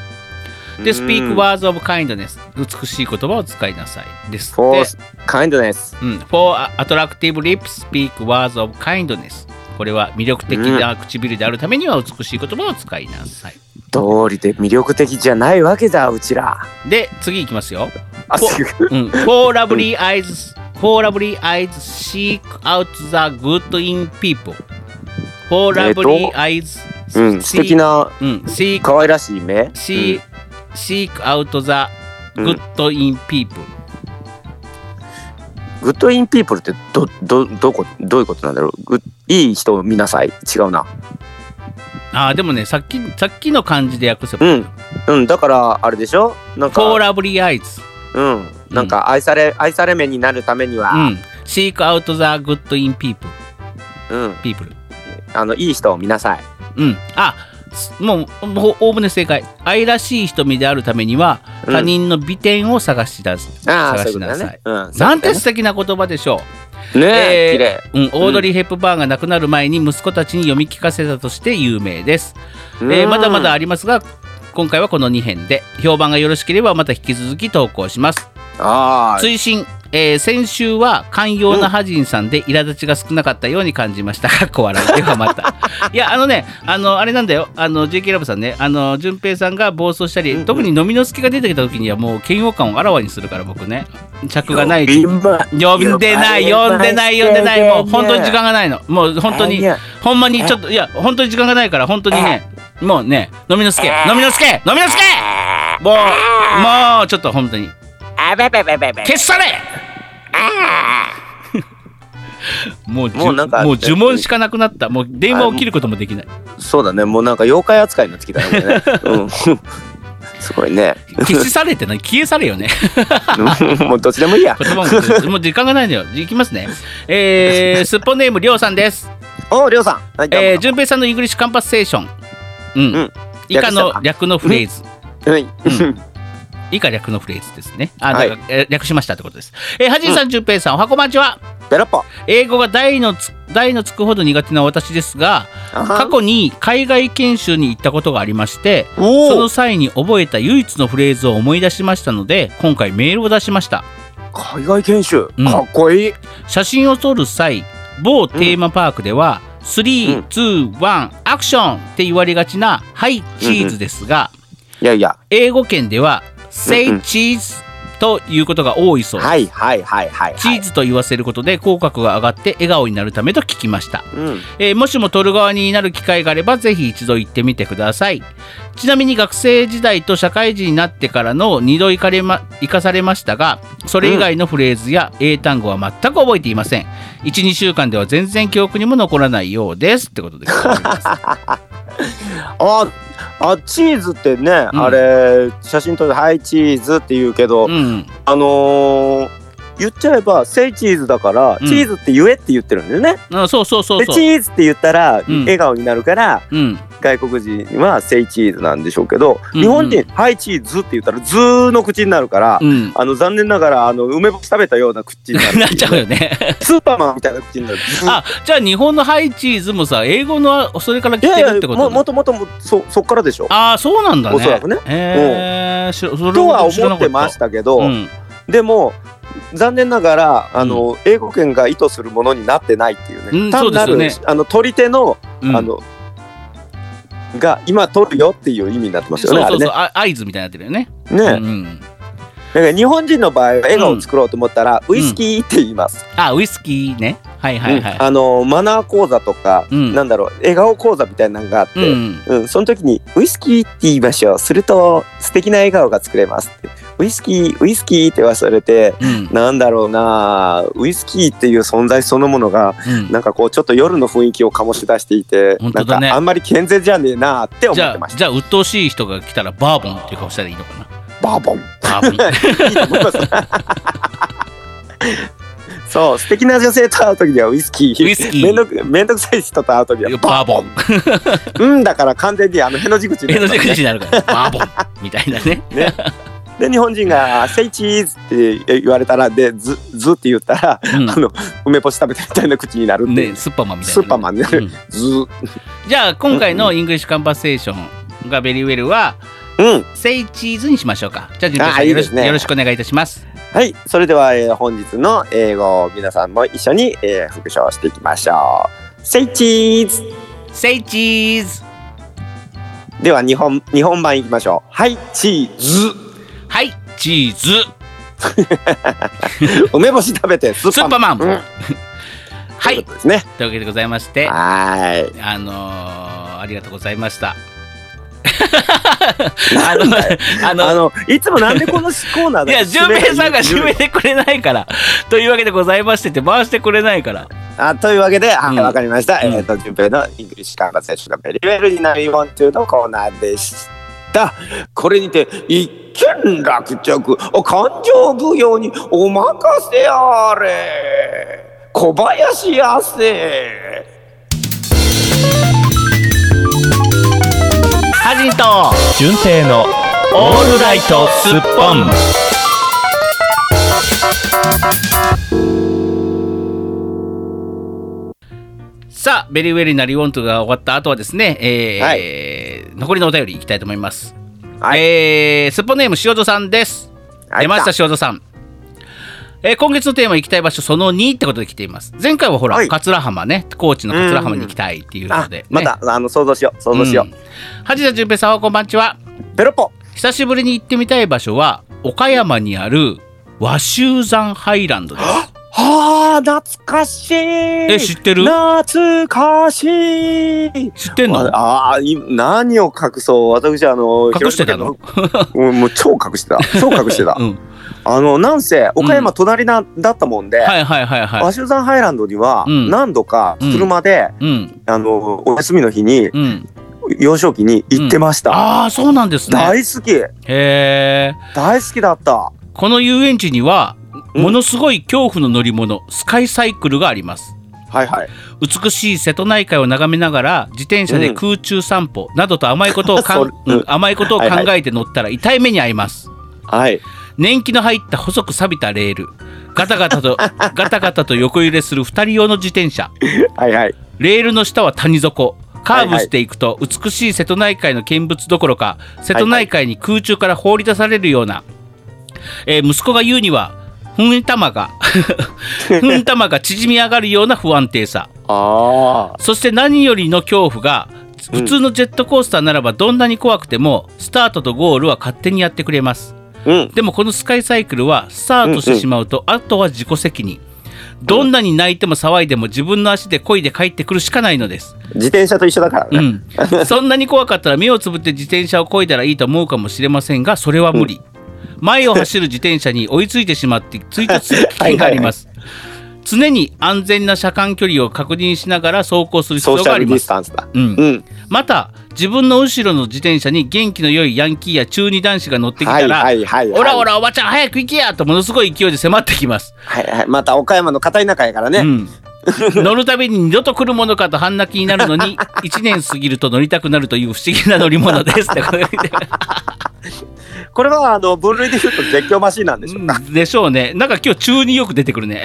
Speaker 2: で、
Speaker 1: うん
Speaker 2: speak words of kindness 美しい言葉を使いなさいですって。
Speaker 1: For kindness
Speaker 2: うん、for attractive lips speak words of kindness これは魅力的な唇であるためには美しい言葉を使いなさい。
Speaker 1: 通りで魅力的じゃないわけだうちら
Speaker 2: で、次いきますよ。
Speaker 1: あ
Speaker 2: お
Speaker 1: すぐ
Speaker 2: うん、Four lovely eyes, four lovely eyes seek out the good in people. Four
Speaker 1: えっと
Speaker 2: lovely eyes
Speaker 1: うん素敵
Speaker 2: seek,
Speaker 1: な
Speaker 2: うん、seek,
Speaker 1: 可愛らしい目
Speaker 2: seek, seek out the good in people.
Speaker 1: グッドインピープルってどどどこどういうことなんだろうグッいい人を見なさい違うな
Speaker 2: ああ、でもね、さっき、さっきの漢字で訳せば。
Speaker 1: うんうんだからあれでしょなんか
Speaker 2: Four lovely eyes.
Speaker 1: うん、なんか愛され、愛され目になるためには、
Speaker 2: うん。 seek out the good in people,
Speaker 1: うん。
Speaker 2: people.
Speaker 1: あの、いい人を見なさい。
Speaker 2: うん。あ、すもう、もうおおむね正解。愛らしい瞳であるためには、
Speaker 1: うん
Speaker 2: 他人の美点を探し出す。
Speaker 1: ああ、
Speaker 2: 探
Speaker 1: そう
Speaker 2: し
Speaker 1: いうこ
Speaker 2: な
Speaker 1: と
Speaker 2: さ
Speaker 1: だ
Speaker 2: い。
Speaker 1: ね。うん。
Speaker 2: なんて素敵な言葉でしょう。
Speaker 1: ね
Speaker 2: えー
Speaker 1: え、綺麗。
Speaker 2: うん、オードリー・ヘップバーンが亡くなる前に息子たちに読み聞かせたとして有名です、えー
Speaker 1: うん
Speaker 2: まだまだありますが今回はこの2編で評判がよろしければまた引き続き投稿します
Speaker 1: ああ。
Speaker 2: 追伸、えー先週は寛容なハジンさんで苛立ちが少なかったように感じました かっこ笑いではま たいやあのねあのあれなんだよあの JK ラブさんねあの順平さんが暴走したり、
Speaker 1: うんうん
Speaker 2: 特に飲みの助が出てきた時にはもう嫌悪感をあらわにするから僕ね着がない
Speaker 1: 呼びま
Speaker 2: 呼んでない、呼んでない、呼んでない、もう本当に時間がないの。もう本当に
Speaker 1: いや、
Speaker 2: ほんまにちょっと、いや、本当に時間がないから、本当にね、もうね、飲みのすけ、飲みのすけ、飲みのすけもう、もうちょっと本当に、
Speaker 3: Ah, bah, bah, bah, bah, bah.
Speaker 2: 消されもうじゅ
Speaker 1: もうなんか
Speaker 2: もう呪文しかなくなった。もう電話を切ることもできない。
Speaker 1: そうだね、もうなんか妖怪扱いになってきたね。これねうんすごいね。
Speaker 2: 消しされって何消えされよね。
Speaker 1: もうどっちでもいいや。
Speaker 2: 言葉も、もう時間がないのよ。いきますね。えー、スッポンネーム、りょうさんです。
Speaker 1: おう、りょうさん。はい、どうも
Speaker 2: えー、順平さんのイングリッシュカンパッセーション。う
Speaker 1: うんん。
Speaker 2: 以下の略のフレーズ。
Speaker 1: はい。
Speaker 2: 以下略のフレーズですね。あ、
Speaker 1: はい
Speaker 2: だからえー略しましたってことです。えー、はじいさん、じゅんぺいさん、おはこまんちは。
Speaker 1: ペロッポ。
Speaker 2: 英語が大のつ大のつくほど苦手な私ですが、
Speaker 1: あは
Speaker 2: 過去に海外研修に行ったことがありまして、そ
Speaker 1: お
Speaker 2: の
Speaker 1: お。
Speaker 2: 際に覚えた唯一のフレーズを思い出しましたので、今回メールを出しました。
Speaker 1: 海外研修。
Speaker 2: うん
Speaker 1: かっこいい。
Speaker 2: 写真を撮る際、某テーマパークでは、
Speaker 1: う
Speaker 2: 3、
Speaker 1: ん
Speaker 2: 2、1、アクションって言われがちな、はい、チーズですが、
Speaker 1: いやいや。
Speaker 2: 英語圏では、
Speaker 1: うんう
Speaker 2: say
Speaker 1: ん
Speaker 2: cheese ということが多いそうです
Speaker 1: はいはいはいはいはい。
Speaker 2: チーズと言わせることで口角が上がって笑顔になるためと聞きました、
Speaker 1: うん。
Speaker 2: えーもしも撮る側になる機会があればぜひ一度行ってみてくださいちなみに学生時代と社会人になってからの2度行かれ、ま、行かされましたがそれ以外のフレーズや英単語は全く覚えていません12週間では全然記憶にも残らないようですってことでご ざいます
Speaker 1: あ、あ、チーズってね、
Speaker 2: うん
Speaker 1: あれ、写真撮って、はい、チーズって言うけど、
Speaker 2: うん
Speaker 1: あのー、言っちゃえば、セイチーズだから、
Speaker 2: うん
Speaker 1: チーズって言えって言ってるんだよね。
Speaker 2: あそうそうそう
Speaker 1: で、チ
Speaker 2: そう
Speaker 1: ーズって言ったら、
Speaker 2: うん
Speaker 1: 笑顔になるから、
Speaker 2: うん
Speaker 1: 外国人はセイチーズなんでしょうけど、
Speaker 2: うん
Speaker 1: 日本人「はいチーズ」って言ったら「ズー」の口になるから、
Speaker 2: うん
Speaker 1: あの残念ながらあの梅干し食べたような口になる
Speaker 2: なっちゃうよね
Speaker 1: スーパーマンみたいな口になるズー
Speaker 2: あじゃあ日本のハイチーズもさ英語のそれから来
Speaker 1: い
Speaker 2: て
Speaker 1: や
Speaker 2: るっ
Speaker 1: い
Speaker 2: て
Speaker 1: や
Speaker 2: こと
Speaker 1: ももともともそそっからでしょ
Speaker 2: ああそうなんだね
Speaker 1: おそらくね
Speaker 2: へえしそれ
Speaker 1: とは
Speaker 2: 知ら
Speaker 1: 思
Speaker 2: な
Speaker 1: っ
Speaker 2: か
Speaker 1: てましたけど、
Speaker 2: うん
Speaker 1: でも残念ながらあの、英語圏が意図するものになってないっていうね、
Speaker 2: うん
Speaker 1: 単な
Speaker 2: そう
Speaker 1: る、
Speaker 2: です
Speaker 1: あの取り手の,、
Speaker 2: うん
Speaker 1: あのが今取るよっていう意味になってます
Speaker 2: そう
Speaker 1: よね
Speaker 2: そうそう
Speaker 1: あ
Speaker 2: あ合図みたいになってるよね
Speaker 1: れね。ね
Speaker 2: うん
Speaker 1: だから日本人の場合は笑顔を作ろうと思ったら、
Speaker 2: ん
Speaker 1: ウイスキーって言います、
Speaker 2: あウイスキーねはいはいは
Speaker 1: う
Speaker 2: い
Speaker 1: んあのマナー講座とか、
Speaker 2: うん
Speaker 1: なんだろう笑顔講座みたいなのがあっ
Speaker 2: う
Speaker 1: て、うん
Speaker 2: ん
Speaker 1: その時にウイスキーって言いましょうすると素敵な笑顔が作れますってウイスキーウイスキーって忘れて
Speaker 2: うん
Speaker 1: なんだろうなウイスキーっていう存在そのものが
Speaker 2: うん
Speaker 1: なんかこうちょっと夜の雰囲気を醸し出していて、
Speaker 2: 本
Speaker 1: な
Speaker 2: 当
Speaker 1: ん
Speaker 2: だ
Speaker 1: か
Speaker 2: ね
Speaker 1: あんまり健全じゃねえなって思
Speaker 2: じ
Speaker 1: っ
Speaker 2: ゃ
Speaker 1: てま
Speaker 2: あ
Speaker 1: し
Speaker 2: じゃあ鬱陶しい人が来たらバーボンっていう顔したらいいのかな
Speaker 1: たバーボン
Speaker 2: バーボン
Speaker 1: いいと思います そう素敵な女性と会う時にはウイスキー
Speaker 2: ウイスキー
Speaker 1: めんどくめんどくさい人と会う時は
Speaker 2: バーボン
Speaker 1: うんだから完全にあのへの字口に
Speaker 2: 江
Speaker 1: な
Speaker 2: 戸
Speaker 1: る
Speaker 2: 時代になるからバーボンみたいなね
Speaker 1: で日本人が「セイチーズ」って言われたらで「ズ」ズって言ったら、
Speaker 2: うん
Speaker 1: あの梅干し食べたみたいな口になるって いう、
Speaker 2: ねスーパーマンみたいなね
Speaker 1: スーパーマンになる、
Speaker 2: うん
Speaker 1: ズ
Speaker 2: じゃあ今回のイングリッシュカンバセーションがベリーウェルは
Speaker 1: うん
Speaker 2: セイチーズにしましょうか。じゃあ、順平さ
Speaker 1: あ
Speaker 2: ん
Speaker 1: い
Speaker 2: よ
Speaker 1: い
Speaker 2: ろ
Speaker 1: で
Speaker 2: し
Speaker 1: すね
Speaker 2: よろしくお願いいたします。
Speaker 1: はいそれでは、えー本日の英語を皆さんも一緒に、えー復唱していきましょう「セイチーズ
Speaker 2: セイチーズ、」
Speaker 1: では日本日本版いきましょう「はいチーズ
Speaker 2: はい、チーズ、」
Speaker 1: 梅干し食べてス
Speaker 2: ス
Speaker 1: ー
Speaker 2: ー
Speaker 1: パ
Speaker 2: パー
Speaker 1: ーマ
Speaker 2: マ
Speaker 1: ン
Speaker 2: ン。 は
Speaker 1: という
Speaker 2: い
Speaker 1: こ、とですね
Speaker 2: というわけでございまして、あ
Speaker 1: は
Speaker 2: のー、ありがとうございま した。
Speaker 1: ーい
Speaker 2: あの、 あ
Speaker 1: あ
Speaker 2: の、
Speaker 1: のいつもなんでこのコーナー
Speaker 2: い
Speaker 1: だけ
Speaker 2: や、順平さんが
Speaker 1: 締
Speaker 2: 締
Speaker 1: め
Speaker 2: めてくれないから、というわけでございましてって、回してくれないから。
Speaker 1: あというわけで、は
Speaker 2: う
Speaker 1: い、
Speaker 2: ん
Speaker 1: わかりました。
Speaker 2: うん
Speaker 1: えっ、と、順平のイングリッシュカンバセッションがベリーウェルになりもんというのコーナーでししたこれにて一件落着感情奉行にお任せあれ小林亜生
Speaker 2: ハジンと
Speaker 4: 純正の
Speaker 2: オールライトスッポンさあ、ベリーウェリーなリウォントが終わった後はですね、えー
Speaker 1: は
Speaker 2: 残りのお便りいきたいと思います。
Speaker 1: はい
Speaker 2: えースッポンネーム塩戸さんです。
Speaker 1: はい
Speaker 2: 出ました塩戸さん。えー今月のテーマ行きたい場所その2ってことで来ています。前回はほら、
Speaker 1: はい
Speaker 2: 桂浜ね、高知の桂浜に行きたいっていうの
Speaker 1: あ
Speaker 2: で、ね、
Speaker 1: またあの想像しよう想像しよう、
Speaker 2: うんはじだじゅんぺいさんはこんばんちは。
Speaker 1: ペロポ
Speaker 2: 久しぶりに行ってみたい場所は岡山にある和州山ハイランドです。
Speaker 1: はあ懐かしいえ
Speaker 2: 知ってる
Speaker 1: 懐かしい
Speaker 2: 知ってんの？
Speaker 1: ああーい何を隠そう私あの
Speaker 2: 隠してたの？
Speaker 1: うんもう超隠 してた超隠してた
Speaker 2: うん。
Speaker 1: あのなんせ岡山隣な、だったもんで、
Speaker 2: はいはいはいは
Speaker 1: ア
Speaker 2: い。
Speaker 1: シュザンハイランドには
Speaker 2: うん
Speaker 1: 何度か車で、
Speaker 2: うん
Speaker 1: あのお休みの日に
Speaker 2: うん。
Speaker 1: 幼少期に行ってました、
Speaker 2: ああそうなんですね。
Speaker 1: 大好き
Speaker 2: へえ。
Speaker 1: 大好きだった
Speaker 2: この遊園地には
Speaker 1: うん
Speaker 2: ものすごい恐怖の乗り物スカイサイクルがあります。
Speaker 1: はいはい
Speaker 2: 美しい瀬戸内海を眺めながら自転車で空中散歩などと甘いことをかん
Speaker 1: それうん
Speaker 2: うん甘いことを考えて乗ったら痛い目に遭います。
Speaker 1: はい
Speaker 2: 年季の入った細く錆びたレールガタガタ とガタガタと横揺れする2人用の自転車
Speaker 1: はいはい
Speaker 2: レールの下は谷底カーブしていくと美しい瀬戸内海の見物どころか瀬戸内海に空中から放り出されるような、えー息子が言うにはふん玉 がふん玉が縮み上がるような不安定さ
Speaker 1: あ
Speaker 2: そして何よりの恐怖が
Speaker 1: うん
Speaker 2: 普通のジェットコースターならばどんなに怖くてもスタートとゴールは勝手にやってくれます
Speaker 1: あうん
Speaker 2: でもこのスカイサイクルはスタートしてしまうと、あとは自己責任どんなに泣いても騒いでも自分の足で漕いで帰ってくるしかないのです、
Speaker 1: 自転車と一緒だから
Speaker 2: う
Speaker 1: ね、
Speaker 2: ん、そんなに怖かったら目をつぶって自転車を漕いだらいいと思うかもしれませんがそれは無理、前を走る自転車に追いついてしまって追突する危険があります常に安全な車間距離を確認しながら走行する必
Speaker 1: ソー
Speaker 2: 要
Speaker 1: シ
Speaker 2: が
Speaker 1: ャ
Speaker 2: あ
Speaker 1: ル
Speaker 2: り
Speaker 1: デ
Speaker 2: ま
Speaker 1: ィス
Speaker 2: す、
Speaker 1: タンスだ
Speaker 2: うん
Speaker 1: うん
Speaker 2: また自分の後ろの自転車に元気の良いヤンキーや中二男子が乗ってき
Speaker 1: は
Speaker 2: た
Speaker 1: い
Speaker 2: ら、
Speaker 1: はいはいはい
Speaker 2: おらおらおばちゃん早く行けやとものすごい勢いで迫ってきます、
Speaker 1: はいはいまた岡山の片田舎やからね、
Speaker 2: うん、乗るたびに二度と来るものかと半泣きになるの に一年過ぎると乗りたくなるという不思議な乗り物ですってこれ
Speaker 1: これはあの分類で言うと絶叫マシンなんでしょうか、
Speaker 2: でしょうねなんか今日中によく出てくるね
Speaker 1: ね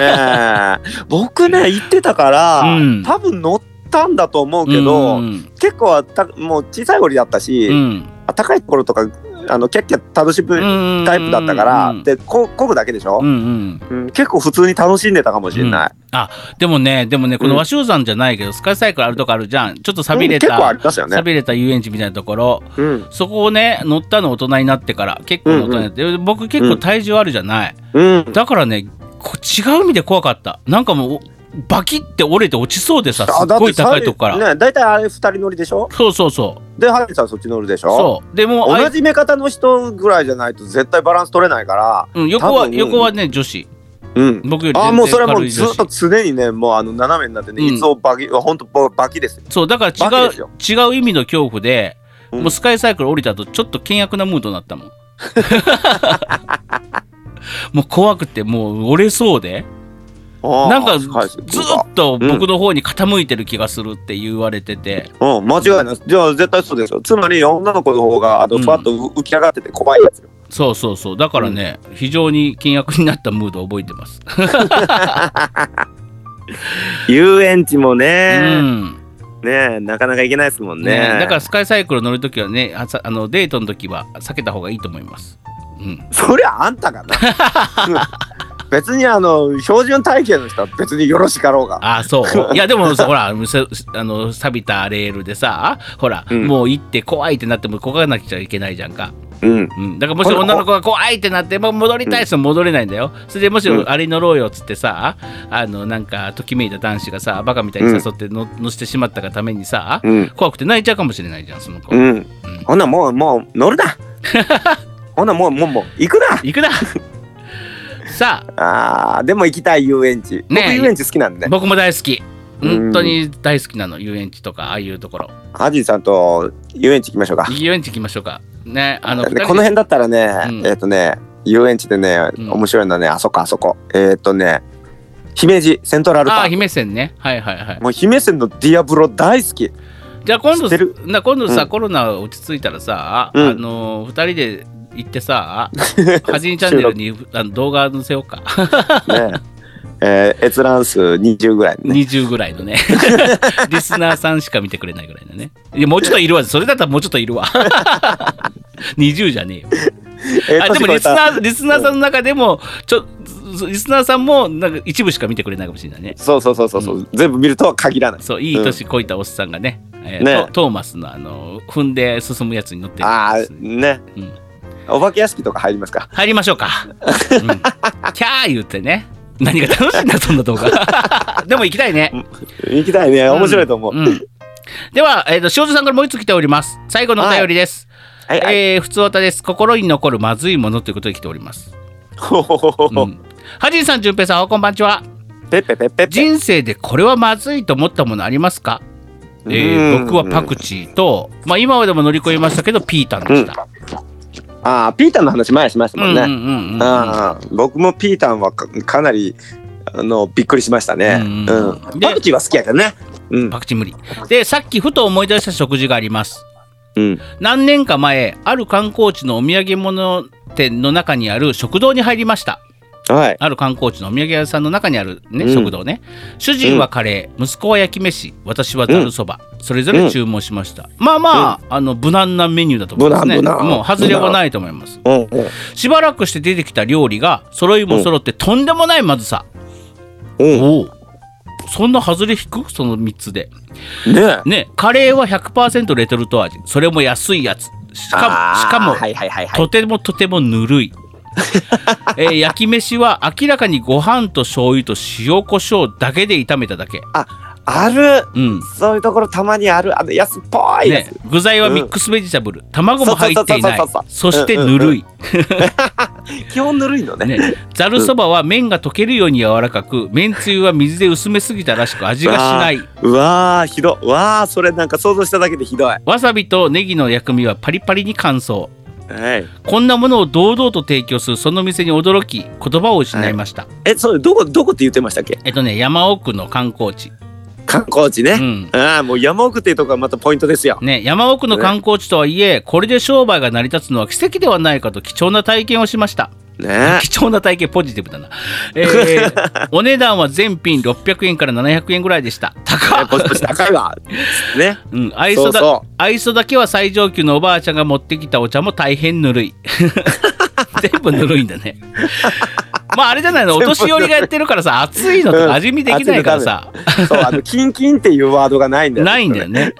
Speaker 1: え僕ね行ってたから、
Speaker 2: うん
Speaker 1: 多分乗ったんだと思うけど、
Speaker 2: うん
Speaker 1: 結構あったもう小さい折だったし、
Speaker 2: うん
Speaker 1: 高いところとかあのキャッキャ楽しむ
Speaker 2: うん
Speaker 1: タイプだったから、
Speaker 2: うん
Speaker 1: でこ漕ぐだけでしょ
Speaker 2: う、んうん
Speaker 1: うん結構普通に楽しんでたかもしれない、
Speaker 2: でもねでもねこ
Speaker 1: う
Speaker 2: の
Speaker 1: ん
Speaker 2: 和尚山じゃないけど、スカイサイクルあるとこあるじゃんちょっと錆び
Speaker 1: うん
Speaker 2: れ
Speaker 1: 結構あ
Speaker 2: た、
Speaker 1: りましたよね
Speaker 2: 錆びれた遊園地みたいなところ
Speaker 1: うん
Speaker 2: そこをね乗ったの大人になってから結構大人になって、僕結構体重あるじゃない、
Speaker 1: うん
Speaker 2: だからねこ違う意味で怖かったなんかもうバキって折れて落ちそうでさすっごい高いとこから、
Speaker 1: ね大体あれ2人乗りでしょ
Speaker 2: そうそうそう
Speaker 1: でハリーさんそっち乗るでしょ
Speaker 2: そうでもうあい
Speaker 1: 同じ目方の人ぐらいじゃないと絶対バランス取れないから
Speaker 2: うん、横
Speaker 1: 多
Speaker 2: は
Speaker 1: 分
Speaker 2: 横はね女子
Speaker 1: うん
Speaker 2: 僕より
Speaker 1: あー
Speaker 2: 全
Speaker 1: もう
Speaker 2: 然
Speaker 1: それはも
Speaker 2: 軽
Speaker 1: う
Speaker 2: い
Speaker 1: ず
Speaker 2: 女
Speaker 1: っと
Speaker 2: 子
Speaker 1: 常にねもうあの斜めになってね、
Speaker 2: うん
Speaker 1: いつもバキ本当バキですよ
Speaker 2: そうだから
Speaker 1: バカ
Speaker 2: 違
Speaker 1: ですよ
Speaker 2: う違う意味の恐怖で、
Speaker 1: うん
Speaker 2: もうスカイサイクル降りた後ちょっと険悪なムードになったも んもう怖くてもう折れそうでな
Speaker 1: なん
Speaker 2: かず
Speaker 1: はい、
Speaker 2: ずっと僕の方に傾いてる気がするって言われてて、
Speaker 1: うん間違いないじゃあ絶対そうですよつまり女の子の方があの
Speaker 2: うん
Speaker 1: ふわっと浮き上がってて怖いやつよ、
Speaker 2: そうそうそうだからね、非常に険悪になったムードを覚えてます
Speaker 1: 遊園地も
Speaker 2: う
Speaker 1: ね、
Speaker 2: ん
Speaker 1: ねなかなか行けないですもんね
Speaker 2: ねだからスカイサイクル乗るときはねあさあのデートのときは避けた方がいいと思います。うん、
Speaker 1: そりゃあんた がなうん別にあの標準体型の人は別によろしかろうが
Speaker 2: ああ そういやでもさほらせあの錆びたレールでさほら、
Speaker 1: うん
Speaker 2: もう行って怖いってなってもこがなきゃいけないじゃんか、
Speaker 1: うん
Speaker 2: うん、だからもし女の子が怖いってなってもう戻りたいっつっても戻れないんだよそれでもし
Speaker 1: うん
Speaker 2: あれ乗ろうよっつってさあのなんかときめいた男子がさバカみたいに誘っての乗せてしまったがためにさ
Speaker 1: うん
Speaker 2: 怖くて泣いちゃうかもしれないじゃんその子、
Speaker 1: うんほんなもうもう乗 るなほんなもうもうもう行くな
Speaker 2: 行 くなさあ
Speaker 1: あーでも行きたい遊園地、
Speaker 2: ね
Speaker 1: 僕遊園地好きなんで
Speaker 2: 僕も大好き本当に大好きなの、遊園地とか、ああいうところ。
Speaker 1: ハジさんと遊園地行きましょうか。
Speaker 2: 遊園地行きましょうか。ね、あの、
Speaker 1: で
Speaker 2: 二人で
Speaker 1: この辺だったらね、
Speaker 2: うん
Speaker 1: えっ、とね、遊園地でね、
Speaker 2: うん
Speaker 1: 面白いのはね、あそこあそこ。えっ、とね、姫路セントラルパ
Speaker 2: ああ、
Speaker 1: ーク。
Speaker 2: 姫線ね。はいはいはい。
Speaker 1: もう姫線のディアブロ大 好き。
Speaker 2: じゃあ今度
Speaker 1: 知ってる
Speaker 2: な今度さ、
Speaker 1: うん
Speaker 2: コロナ落ち着いたらさ、
Speaker 1: うん
Speaker 2: あのー、2人で行って さ歌人チャンネルにあの動画載せようか
Speaker 1: ねえー閲覧数20ぐらい、ね。
Speaker 2: 20ぐらいの ねリスナーさんしか見てくれないぐらいのねいやもうちょっといるわそれだったらもうちょっといるわ 20じゃねえよ
Speaker 1: えー
Speaker 2: あでもリ
Speaker 1: 年越え
Speaker 2: ス
Speaker 1: た
Speaker 2: ナーリスナーさんの中でもちょリスナーさんもなんか一部しか見てくれないかもしれないね
Speaker 1: そうそうそうそうそう、
Speaker 2: う
Speaker 1: 全部見るとは限らない。
Speaker 2: そういい年こいたおっさんがね,、えー
Speaker 1: ね
Speaker 2: トトーマスのあの踏んで進むやつに乗ってる
Speaker 1: あ
Speaker 2: や
Speaker 1: あ
Speaker 2: つね
Speaker 1: ね、
Speaker 2: うん
Speaker 1: お化け屋敷とか入りますか。
Speaker 2: 入りましょうか、 うん、キャー言ってね何が楽しいんだそんな動 画でも行きたいね
Speaker 1: 行きたいね、面白いと思う。
Speaker 2: んんでは、えー、と塩津さんからもう一つ来ております最後のお便りです、
Speaker 1: はいはい。
Speaker 2: えー、普通おたです心に残るまずいものということで来ております、
Speaker 1: ほほほほ
Speaker 2: う。ん、はじいさんじゅんぺいさんおはこんばんちは
Speaker 1: ペッペペッペッペ。
Speaker 2: 人生でこれはまずいと思ったものありますか、え
Speaker 1: う
Speaker 2: ー、
Speaker 1: ん
Speaker 2: 僕はパクチーと、まあ、今までも乗り越えましたけどピータンでした、
Speaker 1: ああ、ピータンの話前にしました
Speaker 2: うん
Speaker 1: も
Speaker 2: うんんうん
Speaker 1: ね。
Speaker 2: うん
Speaker 1: ああ僕もピータンはかかなりあのびっくりしましたね、
Speaker 2: う
Speaker 1: うんん
Speaker 2: で
Speaker 1: パクチーは好きやけどねうん
Speaker 2: パクチー無理でさっきふと思い出した食事があります
Speaker 1: うん
Speaker 2: 何年か前ある観光地のお土産物店の中にある食堂に入りました
Speaker 1: はい
Speaker 2: ある観光地のお土産屋さんの中にある、ね
Speaker 1: うん
Speaker 2: 食堂ね主人はカレー、息子は焼き飯私はざるそば、それぞれ注文しました、まあまあ,、あの無難なメニューだと思いますね
Speaker 1: 無難無難
Speaker 2: もう外れはないと思います
Speaker 1: うんうん
Speaker 2: しばらくして出てきた料理が揃いも揃ってとんでもないまずさ、
Speaker 1: うん
Speaker 2: おおそんな外れ引くその3つで
Speaker 1: ね
Speaker 2: ねカレーは100%レトルト味それも安いやつしか
Speaker 1: あ
Speaker 2: も
Speaker 1: ー
Speaker 2: しかも、
Speaker 1: はいはいはいはい
Speaker 2: とてもとてもぬ るい、えー焼き飯は明らかにご飯と醤油と塩コショウだけで炒めただけ
Speaker 1: あある
Speaker 2: うん
Speaker 1: そういうところたまにあるあの安っぽいやつ、
Speaker 2: ね、具材はミックスベジタブル、卵も入っていない
Speaker 1: そうそうそ
Speaker 2: そう
Speaker 1: そうそ
Speaker 2: し
Speaker 1: う
Speaker 2: てぬるい、
Speaker 1: 基本ぬるいのね
Speaker 2: ね、ざるそばは麺が溶けるように柔らかく麺つゆは水で薄めすぎたらしく味がしない
Speaker 1: いうわーひどいわーそれなんか想像しただけでひどい、
Speaker 2: わさびとネギの薬味はパリパリに乾燥
Speaker 1: はい、
Speaker 2: こんなものを堂々と提供するその店に驚き言葉を失いました、
Speaker 1: えそれどこどこって言ってましたっけ
Speaker 2: えっとね山奥の観光地、
Speaker 1: 観光地ね、
Speaker 2: うん、
Speaker 1: ああもう山奥っていうとこがまたポイントですよ
Speaker 2: ね、山奥の観光地とはいえ、これで商売が成り立つのは奇跡ではないかと貴重な体験をしました。
Speaker 1: ね
Speaker 2: 貴重な体験ポジティブだな。え ーお値段は全品600円から700円ぐらいでした。高っ
Speaker 1: ポチポチ高いわね
Speaker 2: うん、愛想だ
Speaker 1: そうそ
Speaker 2: 愛想だけは最上級のおばあちゃんが持ってきたお茶も大変ぬる い全部ぬるいんだねまああれじゃないのお年寄りがやってるからさ熱いのとか味見できないからさ
Speaker 1: そうあのキンキンっていうワードがないんだ よね
Speaker 2: ないんだよ ね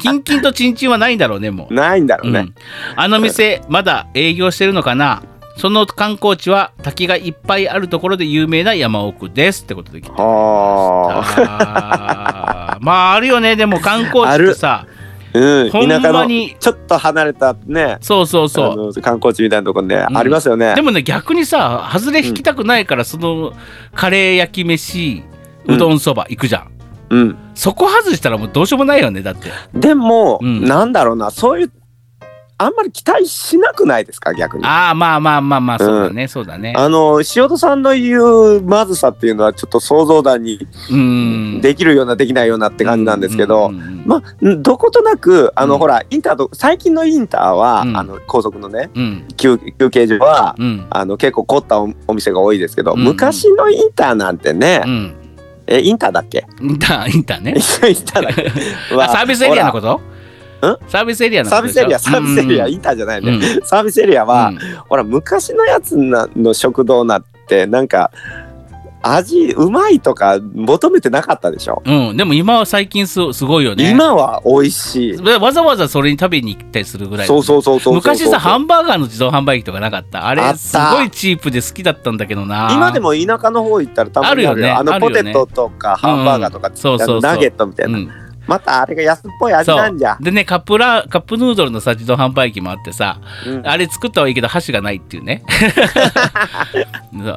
Speaker 2: キンキンとチンチンはないんだろうねもう
Speaker 1: ないんだろう
Speaker 2: う
Speaker 1: ね
Speaker 2: ん。、あの店まだ営業してるのかなその観光地は滝がいっぱいあるところで有名な山奥ですってことで来て
Speaker 1: は
Speaker 2: あーまああるよねでも観光地ってさ
Speaker 1: あ、うん、
Speaker 2: ほん
Speaker 1: 田舎
Speaker 2: ま
Speaker 1: の
Speaker 2: に
Speaker 1: ちょっと離れたね、
Speaker 2: そうそう
Speaker 1: あ
Speaker 2: そう
Speaker 1: の観光地みたいなとこね、
Speaker 2: ん
Speaker 1: ありますよね
Speaker 2: で。もね逆にさ外れ引きたくないから、そのカレー焼き飯
Speaker 1: うん
Speaker 2: うどんそば行くじゃん、
Speaker 1: うん。
Speaker 2: そこ外したらもうどうしようもないよねだって
Speaker 1: でも、
Speaker 2: うん
Speaker 1: なんだろうな、そういうあんまり期待しなくないですか逆に。あ
Speaker 2: ああまあまあまあまあそうだね、そうだね
Speaker 1: の塩戸さんの言うまずさっていうのはちょっと想像だに
Speaker 2: うん
Speaker 1: できるようなできないようなって感じなんですけど
Speaker 2: う、んうんうん
Speaker 1: まあどことなくあの、
Speaker 2: うん
Speaker 1: ほらインターと最近のインターは、
Speaker 2: うん
Speaker 1: あの高速のね
Speaker 2: うん
Speaker 1: 休休憩所は、
Speaker 2: うん
Speaker 1: あの結構凝ったおお店が多いですけど、
Speaker 2: うんうん
Speaker 1: 昔のインターなんてね、
Speaker 2: うん
Speaker 1: えインターだっけ
Speaker 2: インター、インターね
Speaker 1: イン。ターだっけは
Speaker 2: あサービスエリアのこと
Speaker 1: ら
Speaker 2: サービスエリア
Speaker 1: ほら
Speaker 2: の
Speaker 1: サ
Speaker 2: こ
Speaker 1: ー
Speaker 2: と
Speaker 1: ビ
Speaker 2: で
Speaker 1: ス
Speaker 2: しょ
Speaker 1: エリアサービスエリア、
Speaker 2: うん
Speaker 1: インターじゃない
Speaker 2: うん
Speaker 1: ね、サービスエリアは、
Speaker 2: うん
Speaker 1: ほら昔のやつなの食堂なんてなんか味うまいとか求めてなかったでしょ、
Speaker 2: うん、でも今は最近すすごいよね。
Speaker 1: 今は美味しい、
Speaker 2: わざわざそれに食べに行ったりするぐらい。
Speaker 1: そうそうそうそうそう
Speaker 2: 昔さ、ハンバーガーの自動販売機とかなかった。あ
Speaker 1: あっ
Speaker 2: れ、
Speaker 1: た
Speaker 2: すごいチープで好きだったんだけどな。
Speaker 1: 今でも田舎の方行ったらたまにあるよ
Speaker 2: あるよね
Speaker 1: あの
Speaker 2: あるよ
Speaker 1: ポ
Speaker 2: ね
Speaker 1: テトとかハンバーガーとか、
Speaker 2: うんそうそうそう
Speaker 1: ナゲットみた
Speaker 2: う
Speaker 1: いな、
Speaker 2: ん、
Speaker 1: またあれが安っぽい味
Speaker 2: そ
Speaker 1: なんじゃ
Speaker 2: う。でねカップラーカップヌードルのさ自動販売機もあってさ、
Speaker 1: うん
Speaker 2: あれ作ったはいいけど箸がないっていうね そ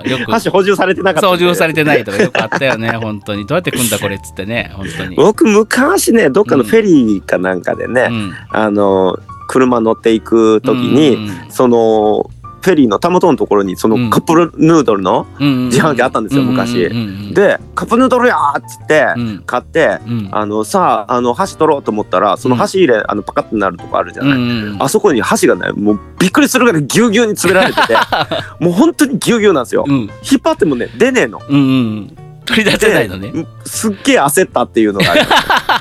Speaker 2: うよく
Speaker 1: 箸補充されてなかったん
Speaker 2: 操
Speaker 1: で。
Speaker 2: 縦されてないとかよくあったよね本当にどうやって組んだこれっつってね本当に、
Speaker 1: 僕昔ねどっかのフェリーかなんかでね、
Speaker 2: うん
Speaker 1: あの車乗っていく時に、
Speaker 2: うん
Speaker 1: そのフェリーのたもとのところにそ
Speaker 2: うん
Speaker 1: のカップヌードルの、
Speaker 2: うん
Speaker 1: 自販機あったんですよ昔
Speaker 2: うんうん
Speaker 1: で「カップヌードルや!」っつって
Speaker 2: うん
Speaker 1: 買って、
Speaker 2: うん
Speaker 1: あのさああの箸取ろうと思ったらその箸入れ、あのパカッてなるとこあるじゃ
Speaker 2: うん
Speaker 1: ない、
Speaker 2: うん
Speaker 1: あそこに箸がねもうびっくりするぐらいぎゅうぎゅうに詰めら れててもう本当にぎゅうぎゅうなんですよ、
Speaker 2: うん
Speaker 1: 引っ張ってもね出ねえの
Speaker 2: うんうん取り出せないのね
Speaker 1: すっげえ焦ったっていうのが ありま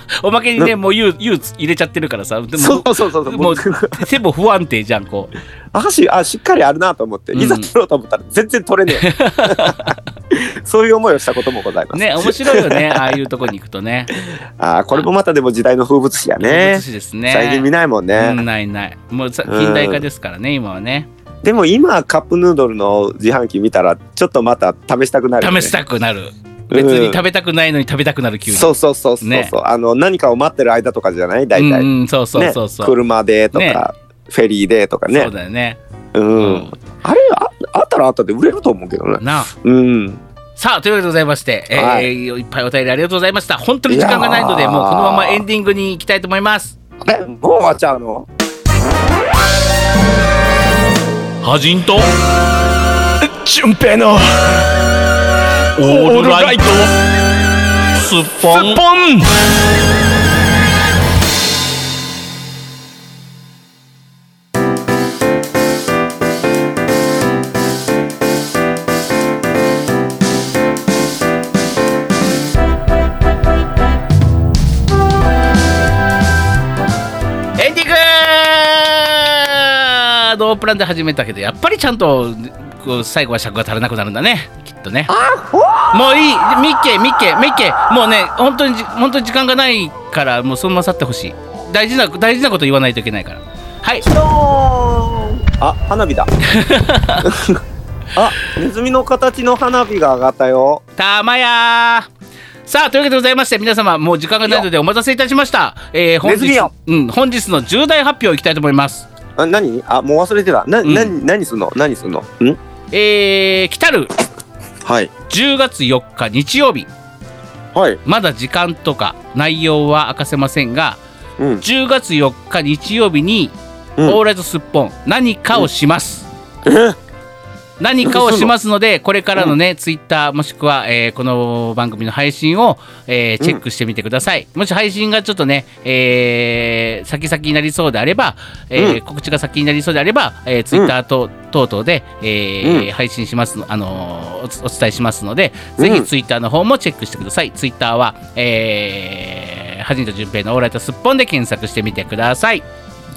Speaker 1: す
Speaker 2: おまけにねもう湯湯つ入れちゃってるからさで
Speaker 1: そ
Speaker 2: も
Speaker 1: うそうそうそう
Speaker 2: もう
Speaker 1: 僕
Speaker 2: 背も不安定じゃんこう
Speaker 1: 箸あしっかりあるなと思って
Speaker 2: うん
Speaker 1: いざ取ろうと思ったら全然取 れねえ、そういう思いをしたこともござい ます、
Speaker 2: ね面白いよねああいうとこに行くとね
Speaker 1: あーこれもまたでも時代の風物詩や
Speaker 2: 風
Speaker 1: ね
Speaker 2: 物詩ですね
Speaker 1: 最近見ないもん
Speaker 2: う
Speaker 1: ね、
Speaker 2: んないないもうさ近代化ですからね今はね
Speaker 1: でも今カップヌードルの自販機見たらちょっとまた試したくなるよね、
Speaker 2: 試したくなる別に食べたくないのに食べたくなる急に
Speaker 1: そうそうそうそうそう、
Speaker 2: ね
Speaker 1: あの何かを待ってる間とかじゃない大体、
Speaker 2: うんうんそうそうそうそう
Speaker 1: ね、車でとか、
Speaker 2: ね
Speaker 1: フェリーでとか
Speaker 2: そ
Speaker 1: ね
Speaker 2: うだよね
Speaker 1: う、
Speaker 2: うん
Speaker 1: あれああったらあったで売れると思うけどね
Speaker 2: なあ
Speaker 1: うん
Speaker 2: さあというわけでございまして、えー
Speaker 1: はい
Speaker 2: い、っぱいお便りありがとうございました本当に時間がないの
Speaker 1: い
Speaker 2: で
Speaker 1: やー
Speaker 2: もうこのままエンディングに行きたいと思います
Speaker 1: えもう終わっちゃうの
Speaker 2: はじんと
Speaker 4: 純平の
Speaker 2: オールライトスッポン
Speaker 4: ポン
Speaker 2: エンディングノープランで始めたけどやっぱりちゃんとこう最後は尺が足らなくなるんだねきっとねもういいミッケーミッケーミッケーもうね本当にじ本当に時間がないからもうそのまま去ってほしい大事な大事なこと言わないといけないからはい
Speaker 1: あ花火だ あネズミの形の花火が上がったよ
Speaker 2: たまやーさあというわけでございまして皆様もう時間がないのでお待たせいたしました、えー、本
Speaker 1: ネズミ
Speaker 2: 日
Speaker 1: よ
Speaker 2: うん本日の重大発表いきたいと思います
Speaker 1: あ何あもう忘れてたな、
Speaker 2: ん
Speaker 1: なに何すんの何すんのん
Speaker 2: えー、来たる
Speaker 1: はい
Speaker 2: 10月4日日曜日
Speaker 1: はい
Speaker 2: まだ時間とか内容は明かせませんが
Speaker 1: うん
Speaker 2: 10月4日日曜日に「
Speaker 1: うん
Speaker 2: オーライトすっぽん」何かをします、何かをしますのでこれからのね、ツイッターもしくは、えーこの番組の配信を、えーチェックしてみてください、もし配信がちょっとね、えー先々になりそうであれば、えー
Speaker 1: うん
Speaker 2: 告知が先になりそうであれば、えー、ツイッターと、等々で、えー
Speaker 1: うん
Speaker 2: 配信しますのあのーおつお伝えしますので、
Speaker 1: うん
Speaker 2: ぜひツイッターの方もチェックしてくださいツイッターは、えー、はじめとじゅんぺいのオーライトすっぽんで検索してみてください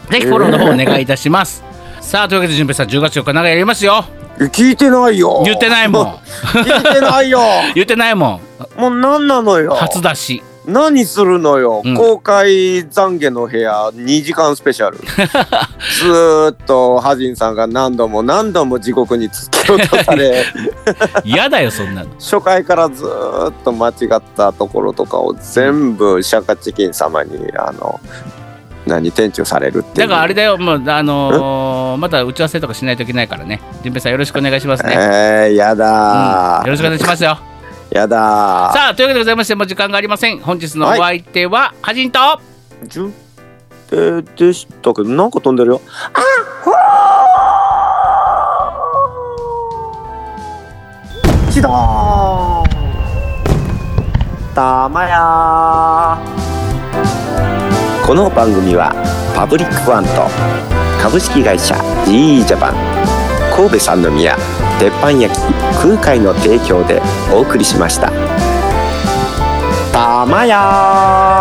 Speaker 2: ぜひフォローの方お願いいたします、さあというわけでじゅんぺいさん10月4日長いやりますよ
Speaker 1: え聞いてないよ
Speaker 2: 言ってない もん
Speaker 1: 聞いてないよ
Speaker 2: 言ってないもん
Speaker 1: もう何なのよ
Speaker 2: 初出し
Speaker 1: 何するのよ、
Speaker 2: うん
Speaker 1: 公開懺悔の部屋2時間スペシ ャルずーっとハジンさんが何度も何度も地獄に突き落と され
Speaker 2: 嫌だよそん なの
Speaker 1: 初回からずーっと間違ったところとかを全部シャカチキン様にあの何店長されるってい
Speaker 2: だ
Speaker 1: う
Speaker 2: からあれだよもうあのーまた打ち合わせとかしないといけないからねじゅんぺいさんよろしくお願いしますね、
Speaker 1: えー、やだ
Speaker 2: うん
Speaker 1: ー、
Speaker 2: よろしくお願いしますよ
Speaker 1: やだー
Speaker 2: さあというわけでございましてもう時間がありません本日のお相手ははじんと
Speaker 1: 順平でしたけどなんか飛んでるよあほーちどーんたまやーこの番組はパブリックファンと株式会社 GE ジャパン神戸三宮鉄板焼き空海の提供でお送りしましたたまやー